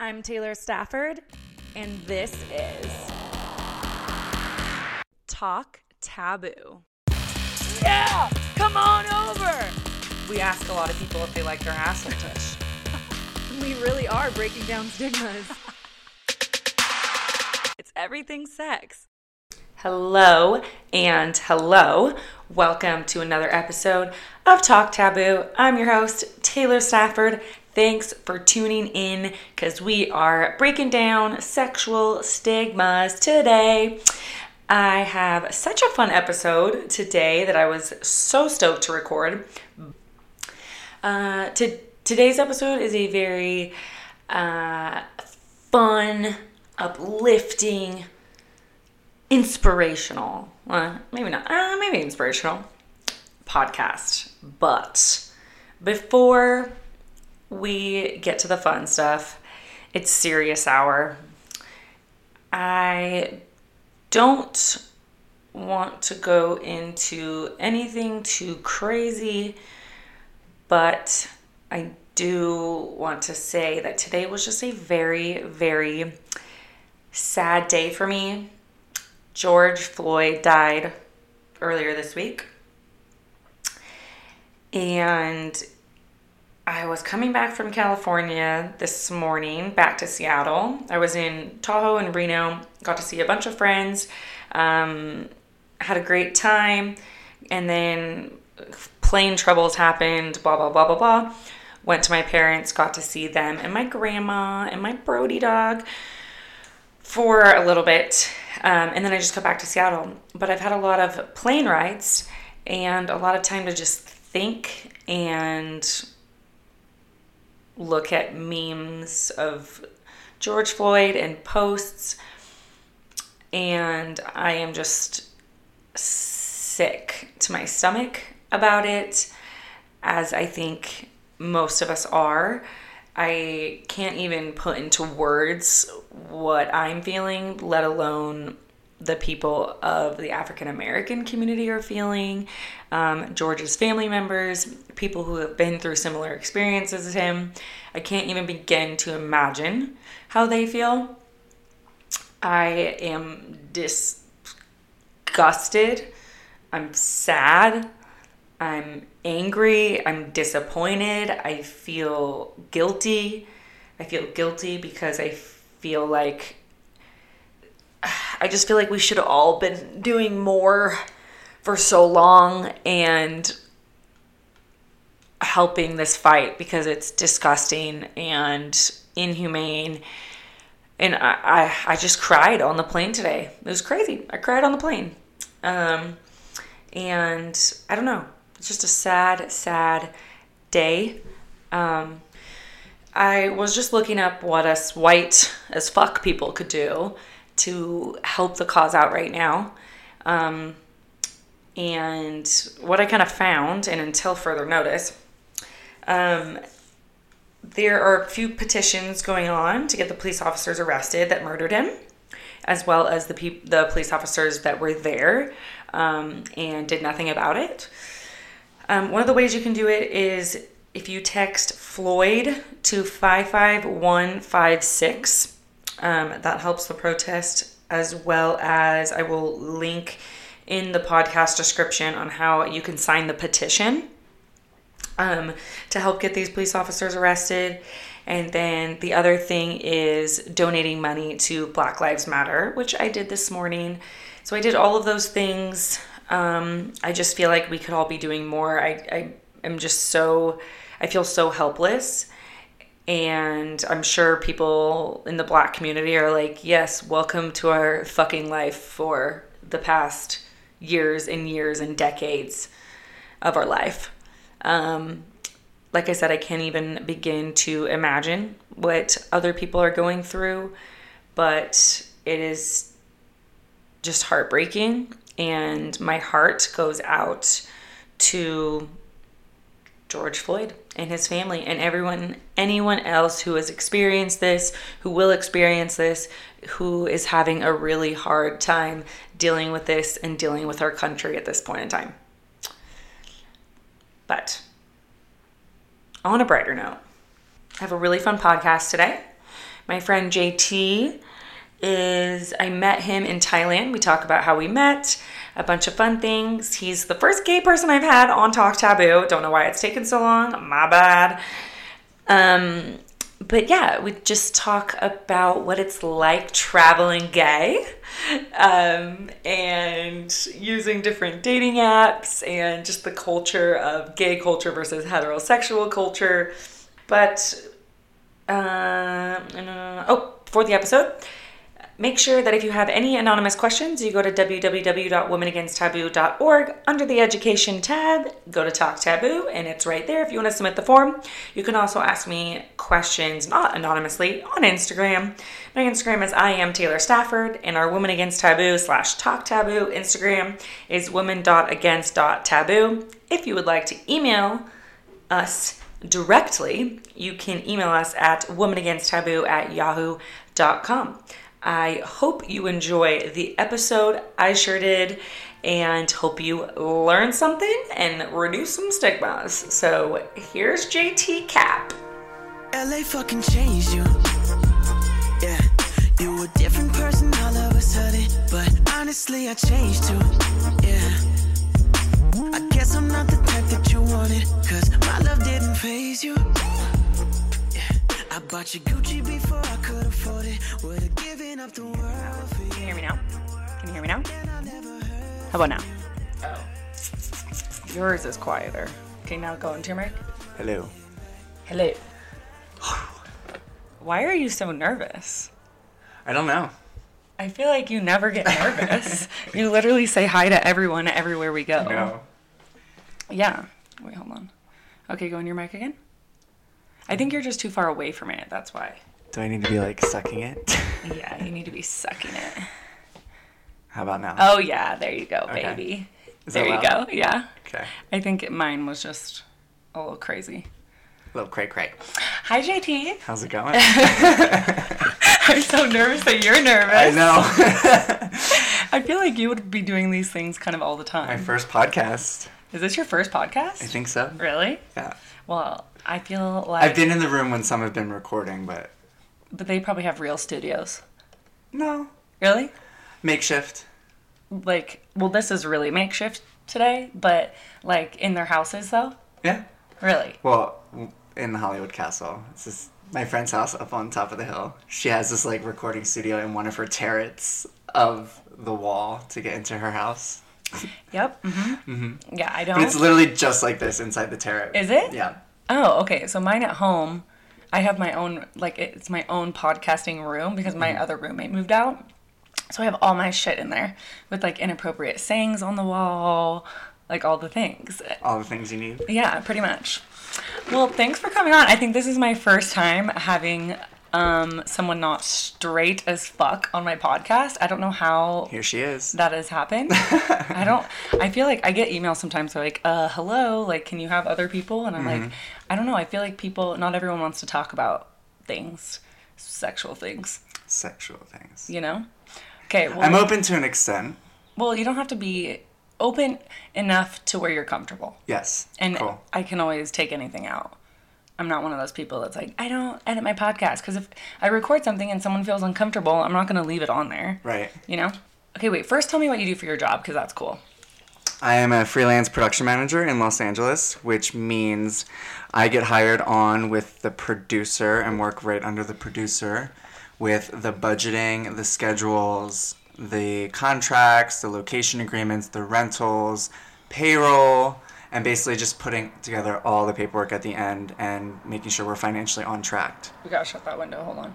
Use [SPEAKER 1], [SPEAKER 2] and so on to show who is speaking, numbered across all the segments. [SPEAKER 1] I'm Taylor Stafford, and this is Talk Taboo. Yeah, come on over.
[SPEAKER 2] We ask a lot of people if they like their asshole touched.
[SPEAKER 1] We really are breaking down stigmas. it's everything sex.
[SPEAKER 2] hello and hello. Welcome to another episode of Talk Taboo. I'm your host, Taylor Stafford. Thanks for tuning in because we are breaking down sexual stigmas today. I have such a fun episode today that I was so stoked to record. Uh, to, today's episode is a very uh, fun, uplifting, inspirational. Uh, maybe not. Uh, maybe inspirational podcast. But before we get to the fun stuff, it's serious hour. I don't want to go into anything too crazy, but I do want to say that today was just a very, very sad day for me. George Floyd died earlier this week. And I was coming back from California this morning, back to Seattle. I was in Tahoe and Reno, got to see a bunch of friends, um, had a great time, and then plane troubles happened, blah, blah, blah, blah, blah. Went to my parents, got to see them, and my grandma, and my Brody dog for a little bit, um, and then I just got back to Seattle. But I've had a lot of plane rides and a lot of time to just think and look at memes of George Floyd and posts. And I am just sick to my stomach about it, as I think most of us are. I can't even put into words what I'm feeling, let alone the people of the African American community are feeling, um, George's family members, people who have been through similar experiences as him. I can't even begin to imagine how they feel. I am disgusted. I'm sad. I'm angry. I'm disappointed. I feel guilty. I feel guilty because I feel like I just feel like we should have all been doing more for so long and helping this fight because it's disgusting and inhumane. And I, I, I just cried on the plane today. It was crazy. I cried on the plane. Um, and I don't know. It's just a sad, sad day. Um, I was just looking up what us white as fuck people could do to help the cause out right now. Um, and what I kind of found, and until further notice, um, there are a few petitions going on to get the police officers arrested that murdered him, as well as the peop the police officers that were there um, and did nothing about it. Um, one of the ways you can do it is if you text Floyd to 55156. Um, that helps the protest, as well as I will link in the podcast description on how you can sign the petition um, to help get these police officers arrested. And then the other thing is donating money to Black Lives Matter, which I did this morning. So I did all of those things. Um, I just feel like we could all be doing more. I, I am just so, I feel so helpless. And I'm sure people in the black community are like, yes, welcome to our fucking life for the past years and years and decades of our life. Um, like I said, I can't even begin to imagine what other people are going through, but it is just heartbreaking. And my heart goes out to George Floyd and his family and everyone, anyone else who has experienced this, who will experience this, who is having a really hard time dealing with this and dealing with our country at this point in time. But on a brighter note, I have a really fun podcast today. My friend JT is, I met him in Thailand. We talk about how we met, a bunch of fun things. He's the first gay person I've had on Talk Taboo. Don't know why it's taken so long. My bad. Um, but yeah, we just talk about what it's like traveling gay um, and using different dating apps and just the culture of gay culture versus heterosexual culture. But, uh, uh, oh, for the episode, make sure that if you have any anonymous questions, you go to www.womenagainsttaboo.org under the education tab, go to Talk Taboo, and it's right there if you want to submit the form. You can also ask me questions, not anonymously, on Instagram. My Instagram is I am Taylor Stafford, and our Women Against Taboo slash Talk Taboo Instagram is women.against.taboo. If you would like to email, us directly, you can email us at womenagainsttaboo at yahoo.com. I hope you enjoy the episode. I sure did. And hope you learn something and reduce some stigmas. So here's JT Cap.
[SPEAKER 3] LA fucking changed you. Yeah, you a different person all of a sudden, but honestly I changed too. Yeah, I guess I'm not the type that you wanted, cause my love didn't phase you. Yeah, I bought you Gucci before I could afford it. Would've given up the world for you.
[SPEAKER 1] Can you hear me now? Can you hear me now? How about now?
[SPEAKER 2] Oh. Yours is quieter. Okay, now go into your mic.
[SPEAKER 4] Hello.
[SPEAKER 2] Hello. Why are you so nervous?
[SPEAKER 4] I don't know.
[SPEAKER 2] I feel like you never get nervous. you literally say hi to everyone everywhere we go. Yeah. Wait, hold on. Okay, go in your mic again. I think you're just too far away from it. That's why.
[SPEAKER 4] Do I need to be like sucking it?
[SPEAKER 2] Yeah, you need to be sucking it.
[SPEAKER 4] How about now?
[SPEAKER 2] Oh yeah, there you go,
[SPEAKER 4] Okay.
[SPEAKER 2] baby.
[SPEAKER 4] Is
[SPEAKER 2] There
[SPEAKER 4] that
[SPEAKER 2] you go.
[SPEAKER 4] loud?
[SPEAKER 2] Yeah.
[SPEAKER 4] Okay.
[SPEAKER 2] I think mine was just a little crazy.
[SPEAKER 4] Little cray cray.
[SPEAKER 2] Hi JT.
[SPEAKER 4] How's it going?
[SPEAKER 2] I'm so nervous that you're nervous.
[SPEAKER 4] I know.
[SPEAKER 2] I feel like you would be doing these things kind of all the
[SPEAKER 4] My
[SPEAKER 2] time.
[SPEAKER 4] first podcast.
[SPEAKER 2] Is this your first
[SPEAKER 4] I
[SPEAKER 2] podcast?
[SPEAKER 4] think so.
[SPEAKER 2] Really?
[SPEAKER 4] Yeah.
[SPEAKER 2] Well, I feel like
[SPEAKER 4] I've been in the room when some have been recording, but
[SPEAKER 2] but they probably have real studios.
[SPEAKER 4] no.
[SPEAKER 2] Really?
[SPEAKER 4] Makeshift.
[SPEAKER 2] Like, well, this is really makeshift today, but like in their houses though.
[SPEAKER 4] Yeah.
[SPEAKER 2] Really?
[SPEAKER 4] Well, w- in the Hollywood Castle. It's just my friend's house up on top of the hill. She has this like recording studio in one of her turrets of the wall to get into her house.
[SPEAKER 2] Yep. Mm-hmm. Yeah, I don't.
[SPEAKER 4] But it's literally just like this inside the turret.
[SPEAKER 2] Is it?
[SPEAKER 4] Yeah.
[SPEAKER 2] Oh, okay. So mine at home, I have my own like it's my own podcasting room because my other roommate moved out. So I have all my shit in there with like inappropriate sayings on the wall, like all the things.
[SPEAKER 4] All the things you need.
[SPEAKER 2] Yeah, pretty much. Well, thanks for coming on. I think this is my first time having um someone not straight as fuck on my podcast. I don't know how
[SPEAKER 4] Here she is.
[SPEAKER 2] that has happened. I don't. I feel like I get emails sometimes. They're like, "Uh, hello. Like, can you have other people?" And I'm like, I don't know. I feel like people. Not everyone wants to talk about things, sexual things.
[SPEAKER 4] sexual things.
[SPEAKER 2] You know. Okay. Well,
[SPEAKER 4] I'm open to an extent.
[SPEAKER 2] well, you don't have to be open enough to where you're comfortable.
[SPEAKER 4] Yes.
[SPEAKER 2] And
[SPEAKER 4] cool.
[SPEAKER 2] I can always take anything out. I'm not one of those people that's like, I don't edit my podcast because if I record something and someone feels uncomfortable, I'm not going to leave it on there.
[SPEAKER 4] Right.
[SPEAKER 2] You know. Okay. Wait. First, tell me what you do for your job because that's cool.
[SPEAKER 4] I am a freelance production manager in Los Angeles, which means I get hired on with the producer and work right under the producer with the budgeting, the schedules, the contracts, the location agreements, the rentals, payroll, and basically just putting together all the paperwork at the end and making sure we're financially on track.
[SPEAKER 2] We gotta shut that window. Hold on.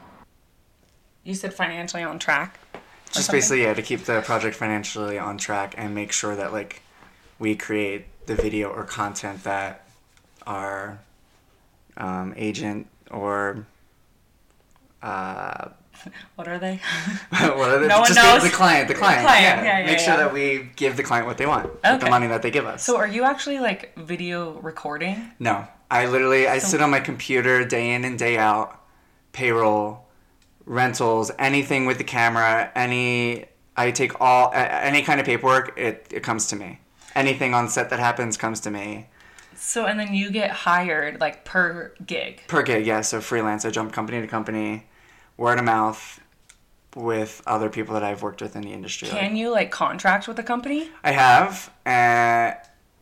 [SPEAKER 2] You said financially on track.
[SPEAKER 4] just
[SPEAKER 2] something?
[SPEAKER 4] basically yeah to keep the project financially on track and make sure that like we create the video or content that our um, agent or uh,
[SPEAKER 2] What are they?
[SPEAKER 4] what are they?
[SPEAKER 2] No one
[SPEAKER 4] just
[SPEAKER 2] knows.
[SPEAKER 4] The, the client, the client.
[SPEAKER 2] client,
[SPEAKER 4] Yeah.
[SPEAKER 2] yeah, yeah,
[SPEAKER 4] Make sure
[SPEAKER 2] yeah.
[SPEAKER 4] that we give the client what they want, with
[SPEAKER 2] Okay.
[SPEAKER 4] the money that they give us.
[SPEAKER 2] so are you actually like video recording?
[SPEAKER 4] No, I literally I sit on my computer day in and day out, payroll, rentals, anything with the camera, any I take all a- any kind of paperwork. It it comes to me. Anything on set that happens comes to me
[SPEAKER 2] So and then you get hired like per gig.
[SPEAKER 4] per gig. Yeah, so freelance. I jump company to company. word of mouth with other people that I've worked with in the industry. Like,
[SPEAKER 1] Can you like contract with a company?
[SPEAKER 4] I have. Uh,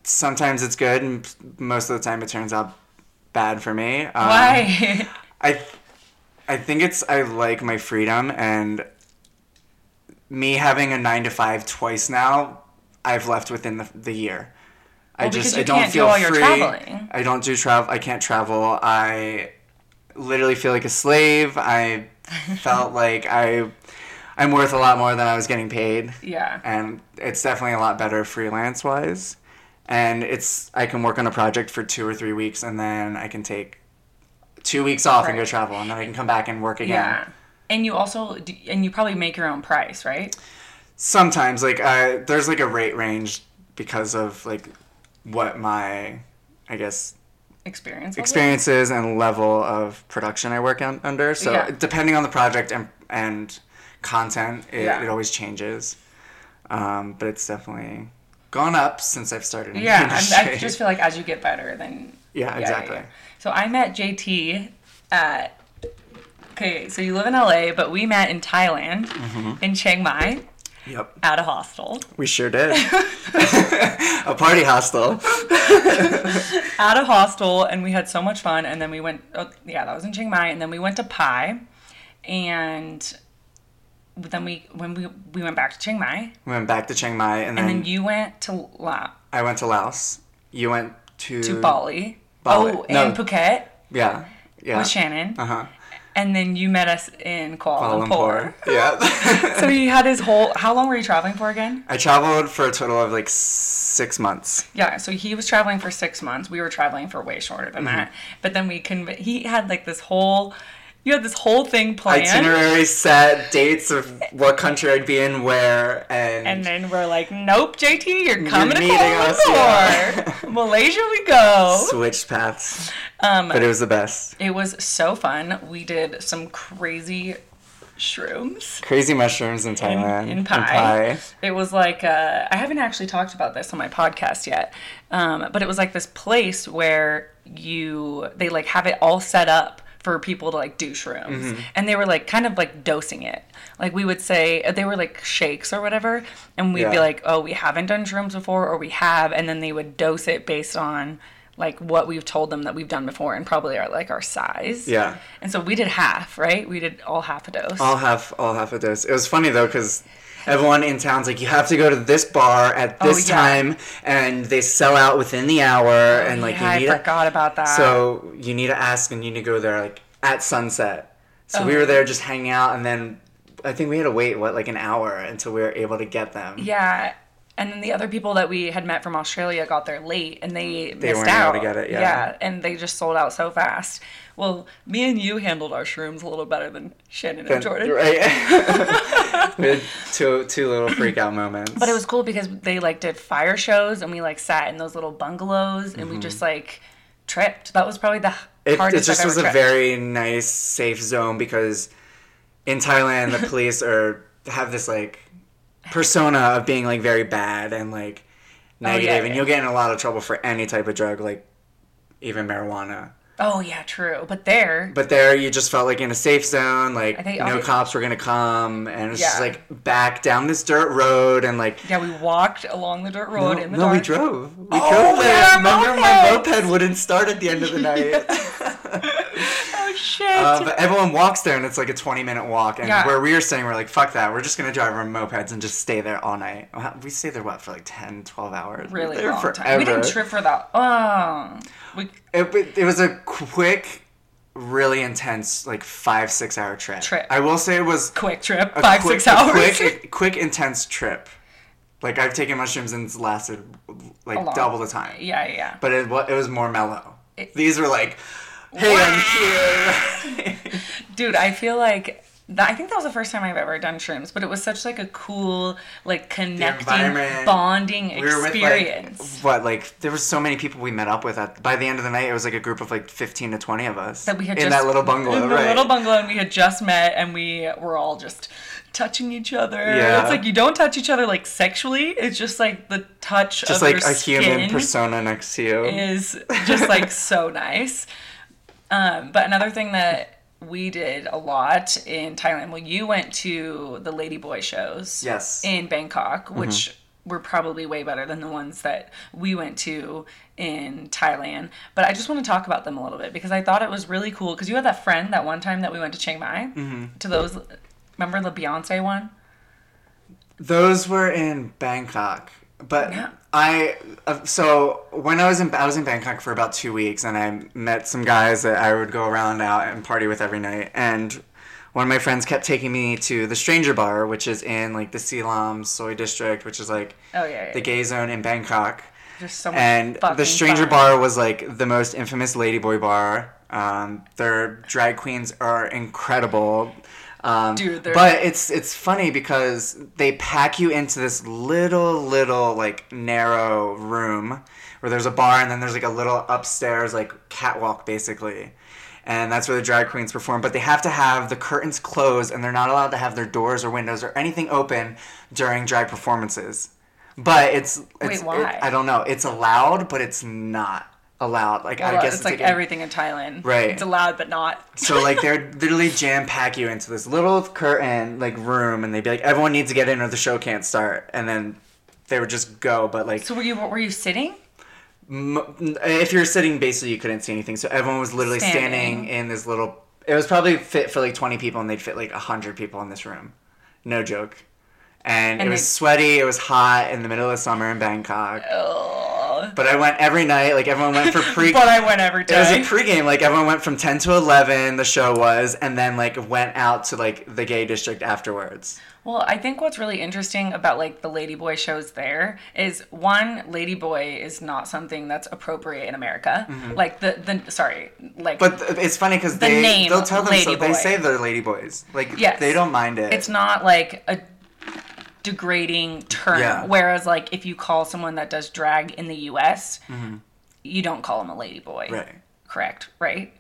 [SPEAKER 4] sometimes it's good, and most of the time it turns out bad for me. Um,
[SPEAKER 1] Why?
[SPEAKER 4] I, th- I think it's I like my freedom and me having a nine to five twice now. I've left within the, the year. I
[SPEAKER 1] Well, because
[SPEAKER 4] just
[SPEAKER 1] you
[SPEAKER 4] I don't
[SPEAKER 1] can't do
[SPEAKER 4] feel
[SPEAKER 1] all
[SPEAKER 4] free.
[SPEAKER 1] your traveling.
[SPEAKER 4] I don't do travel. I can't travel. I literally feel like a slave. I felt like I I'm worth a lot more than I was getting paid.
[SPEAKER 1] Yeah.
[SPEAKER 4] And it's definitely a lot better freelance wise. And it's I can work on a project for two or three weeks and then I can take two weeks off and go
[SPEAKER 1] Right.
[SPEAKER 4] travel and then I can come back and work again.
[SPEAKER 1] yeah. And you also do, and you probably make your own price, right?
[SPEAKER 4] Sometimes like uh, there's like a rate range because of like what my I
[SPEAKER 1] Oh,
[SPEAKER 4] guess
[SPEAKER 1] Experience. level?
[SPEAKER 4] experiences and level of production I work on, under. So
[SPEAKER 1] Yeah.
[SPEAKER 4] depending on the project and and content, it,
[SPEAKER 1] Yeah.
[SPEAKER 4] it always changes. Um, but it's definitely gone up since I've started. in the
[SPEAKER 1] Yeah, I'm, I
[SPEAKER 4] industry.
[SPEAKER 1] just feel like as you get better, then
[SPEAKER 4] Yeah, exactly.
[SPEAKER 1] So I met JT at okay. So you live in LA, but we met in Thailand
[SPEAKER 4] Mm-hmm.
[SPEAKER 1] in Chiang Mai
[SPEAKER 4] Yep,
[SPEAKER 1] at a hostel.
[SPEAKER 4] we sure did. a party hostel.
[SPEAKER 1] At a hostel, and we had so much fun. And then we went. Oh, yeah, that was in Chiang Mai, and then we went to Pai, and then we when we we went back to Chiang Mai,
[SPEAKER 4] We went back to Chiang Mai, and then,
[SPEAKER 1] and then you went to La
[SPEAKER 4] I went to Laos. You went to
[SPEAKER 1] to Bali.
[SPEAKER 4] Uh, Bali.
[SPEAKER 1] Oh,
[SPEAKER 4] No.
[SPEAKER 1] and Phuket
[SPEAKER 4] Yeah, yeah.
[SPEAKER 1] with Shannon,
[SPEAKER 4] Uh huh.
[SPEAKER 1] and then you met us in
[SPEAKER 4] Kuala
[SPEAKER 1] Kuala Lumpur.
[SPEAKER 4] Lumpur. Yeah.
[SPEAKER 1] so he had his whole how long were you traveling for again
[SPEAKER 4] I traveled for a total of like six months.
[SPEAKER 1] yeah so he was traveling for six months we were traveling for way shorter than that
[SPEAKER 4] Mm-hmm.
[SPEAKER 1] but then we conv- he had like this whole you had this whole thing planned
[SPEAKER 4] itinerary set dates of what country I'd be in where and,
[SPEAKER 1] and then we're like nope jt you're coming to
[SPEAKER 4] meeting
[SPEAKER 1] Kuala
[SPEAKER 4] us, yeah.
[SPEAKER 1] Lumpur. malaysia we go
[SPEAKER 4] switched paths. Um, but it was the best.
[SPEAKER 1] it was so fun we did some crazy shrooms
[SPEAKER 4] Crazy mushrooms in Thailand.
[SPEAKER 1] in
[SPEAKER 4] and
[SPEAKER 1] pie. It was like uh, I haven't actually talked about this on my podcast yet, um, but it was like this place where you they like have it all set up for people to like do shrooms,
[SPEAKER 4] Mm-hmm.
[SPEAKER 1] and they were like kind of like dosing it. Like we would say uh, they were like shakes or whatever, and we'd be
[SPEAKER 4] Yeah.
[SPEAKER 1] like, oh, we haven't done shrooms before, or we have, and then they would dose it based on like what we've told them that we've done before and probably our like our size.
[SPEAKER 4] Yeah.
[SPEAKER 1] And so we did half, right? We did all half a dose.
[SPEAKER 4] I'll have I'll have a dose. It was funny though because everyone in town's like, you have to go to this bar at this
[SPEAKER 1] Oh, yeah. Oh,
[SPEAKER 4] time, and they sell out within the hour, and like
[SPEAKER 1] yeah,
[SPEAKER 4] you need
[SPEAKER 1] I
[SPEAKER 4] to-
[SPEAKER 1] forgot about that.
[SPEAKER 4] So you need to ask and you need to go there like at sunset. So
[SPEAKER 1] Oh.
[SPEAKER 4] we were there just hanging out, and then I think we had to wait what like an hour until we were able to get them.
[SPEAKER 1] Yeah. And then the other people that we had met from Australia got there late and they, missed
[SPEAKER 4] weren't
[SPEAKER 1] out.
[SPEAKER 4] able to get it, yeah.
[SPEAKER 1] and they just sold out so fast. Well, me and you handled our shrooms a little better than Shannon and Jordan.
[SPEAKER 4] Right. we had two two little freak out moments.
[SPEAKER 1] But it was cool because they like did fire shows and we like sat in those little bungalows and we just like tripped. That was probably the h-
[SPEAKER 4] Mm-hmm. it, it
[SPEAKER 1] hardest.
[SPEAKER 4] just
[SPEAKER 1] I've
[SPEAKER 4] was
[SPEAKER 1] ever
[SPEAKER 4] a
[SPEAKER 1] tripped.
[SPEAKER 4] very nice safe zone because in Thailand the police are have this like persona of being like very bad and like negative
[SPEAKER 1] Oh, yeah.
[SPEAKER 4] and you'll get in a lot of trouble for any type of drug like even marijuana.
[SPEAKER 1] Oh yeah, true. But there
[SPEAKER 4] But there, you just felt like in a safe zone, like
[SPEAKER 1] I think-
[SPEAKER 4] no
[SPEAKER 1] okay.
[SPEAKER 4] cops were gonna come, and it's just
[SPEAKER 1] Yeah.
[SPEAKER 4] like back down this dirt road, and like
[SPEAKER 1] yeah, we walked along the dirt road
[SPEAKER 4] no,
[SPEAKER 1] in the
[SPEAKER 4] no,
[SPEAKER 1] dark.
[SPEAKER 4] we drove, we
[SPEAKER 1] Oh,
[SPEAKER 4] drove
[SPEAKER 1] we
[SPEAKER 4] there.
[SPEAKER 1] had our
[SPEAKER 4] Remember, my
[SPEAKER 1] mopeds.
[SPEAKER 4] moped wouldn't start at the end of the night.
[SPEAKER 1] Oh shit.
[SPEAKER 4] Uh, but everyone walks there, and it's like a twenty-minute walk. And
[SPEAKER 1] Yeah.
[SPEAKER 4] where we were staying, we're like, fuck that, we're just gonna drive our mopeds and just stay there all night. Wow, We stayed there what for like 10, 12 hours. We were
[SPEAKER 1] really
[SPEAKER 4] there
[SPEAKER 1] long time. We didn't trip for that. Oh. We
[SPEAKER 4] It, wa- it was a quick, really intense, like five six hour trip.
[SPEAKER 1] Trip.
[SPEAKER 4] I will say it was
[SPEAKER 1] quick trip,
[SPEAKER 4] a
[SPEAKER 1] five,
[SPEAKER 4] quick-
[SPEAKER 1] six
[SPEAKER 4] a
[SPEAKER 1] hours.
[SPEAKER 4] Quick, quick, intense trip. Like I've taken mushrooms and it's lasted like
[SPEAKER 1] long-
[SPEAKER 4] double the time.
[SPEAKER 1] yeah, yeah, yeah.
[SPEAKER 4] But it was it was more mellow. These were like, hey, I'm here.
[SPEAKER 1] Dude, I feel like that, I think that was the first time I've ever done shrooms, but it was such like a cool, like connecting,
[SPEAKER 4] environment.
[SPEAKER 1] bonding
[SPEAKER 4] We were with like
[SPEAKER 1] experience
[SPEAKER 4] what like there were so many people we met up with at by the end of the night it was like a group of like fifteen to twenty of us
[SPEAKER 1] that we had
[SPEAKER 4] in
[SPEAKER 1] just
[SPEAKER 4] that little bungalow
[SPEAKER 1] in the
[SPEAKER 4] right
[SPEAKER 1] little bungalow, and we had just met, and we were all just touching each other.
[SPEAKER 4] Yeah.
[SPEAKER 1] It's like you don't touch each other like sexually. It's just like the touch
[SPEAKER 4] just
[SPEAKER 1] of
[SPEAKER 4] like
[SPEAKER 1] your
[SPEAKER 4] a human
[SPEAKER 1] skin
[SPEAKER 4] persona next to you
[SPEAKER 1] is just like so nice. Um, but another thing that we did a lot in Thailand. Well, you went to the Ladyboy shows.
[SPEAKER 4] Yes.
[SPEAKER 1] In Bangkok,
[SPEAKER 4] Mm-hmm.
[SPEAKER 1] which were probably way better than the ones that we went to in Thailand. But I just want to talk about them a little bit because I thought it was really cool because you had that friend that one time that we went to Chiang Mai
[SPEAKER 4] Mm-hmm.
[SPEAKER 1] to those. Remember the Beyonce one?
[SPEAKER 4] Those were in Bangkok, but
[SPEAKER 1] Yeah.
[SPEAKER 4] I uh, so when I was in I was in Bangkok for about two weeks, and I met some guys that I would go around out and party with every night, and one of my friends kept taking me to the Stranger Bar, which is in like the Silam Soy District, which is like
[SPEAKER 1] Oh yeah. yeah
[SPEAKER 4] the gay zone in Bangkok,
[SPEAKER 1] There's so much
[SPEAKER 4] and
[SPEAKER 1] fucking
[SPEAKER 4] the Stranger
[SPEAKER 1] fun.
[SPEAKER 4] Bar was like the most infamous ladyboy bar. Um, their drag queens are incredible. Um,
[SPEAKER 1] Dude, they're-
[SPEAKER 4] but it's it's funny because they pack you into this little little like narrow room where there's a bar and then there's like a little upstairs like catwalk basically. And that's where the drag queens perform, but they have to have the curtains closed and they're not allowed to have their doors or windows or anything open during drag performances. But it's, it's
[SPEAKER 1] why?
[SPEAKER 4] it- I don't know. It's allowed, but it's not allowed. Like I
[SPEAKER 1] Well,
[SPEAKER 4] guess
[SPEAKER 1] it's like
[SPEAKER 4] a-
[SPEAKER 1] everything in Thailand.
[SPEAKER 4] Right.
[SPEAKER 1] It's allowed but not.
[SPEAKER 4] so like they're literally jam pack you into this little curtain like room, and they'd be like, everyone needs to get in or the show can't start, and then they would just go. But like,
[SPEAKER 1] So were you were you sitting?
[SPEAKER 4] m- if you're sitting, basically you couldn't see anything. So everyone was literally standing,
[SPEAKER 1] Standing.
[SPEAKER 4] in this little. It was probably fit for like 20 people, and they'd fit like 100 people in this room. No joke. And,
[SPEAKER 1] And
[SPEAKER 4] it was
[SPEAKER 1] they-
[SPEAKER 4] sweaty. It was hot in the middle of summer in Bangkok.
[SPEAKER 1] Ugh.
[SPEAKER 4] But I went every night. Like everyone went for pre.
[SPEAKER 1] But I went every
[SPEAKER 4] It was a
[SPEAKER 1] day.
[SPEAKER 4] pregame. Like everyone went from ten to eleven. The show was, and then like went out to like the gay district afterwards.
[SPEAKER 1] well, I think what's really interesting about like the Ladyboy shows there is one, Ladyboy is not something that's appropriate in America.
[SPEAKER 4] Mm-hmm.
[SPEAKER 1] Like the the sorry, like
[SPEAKER 4] But th- it's funny because they
[SPEAKER 1] name,
[SPEAKER 4] they'll tell them so,
[SPEAKER 1] Lady
[SPEAKER 4] they
[SPEAKER 1] Boy.
[SPEAKER 4] say they're lady boys. Like
[SPEAKER 1] Yes.
[SPEAKER 4] they don't mind it.
[SPEAKER 1] it's not like a degrading term.
[SPEAKER 4] Yeah.
[SPEAKER 1] Whereas like if you call someone that does drag in the U.S., you don't call them a Ladyboy.
[SPEAKER 4] Mm-hmm. right.
[SPEAKER 1] Correct. Right.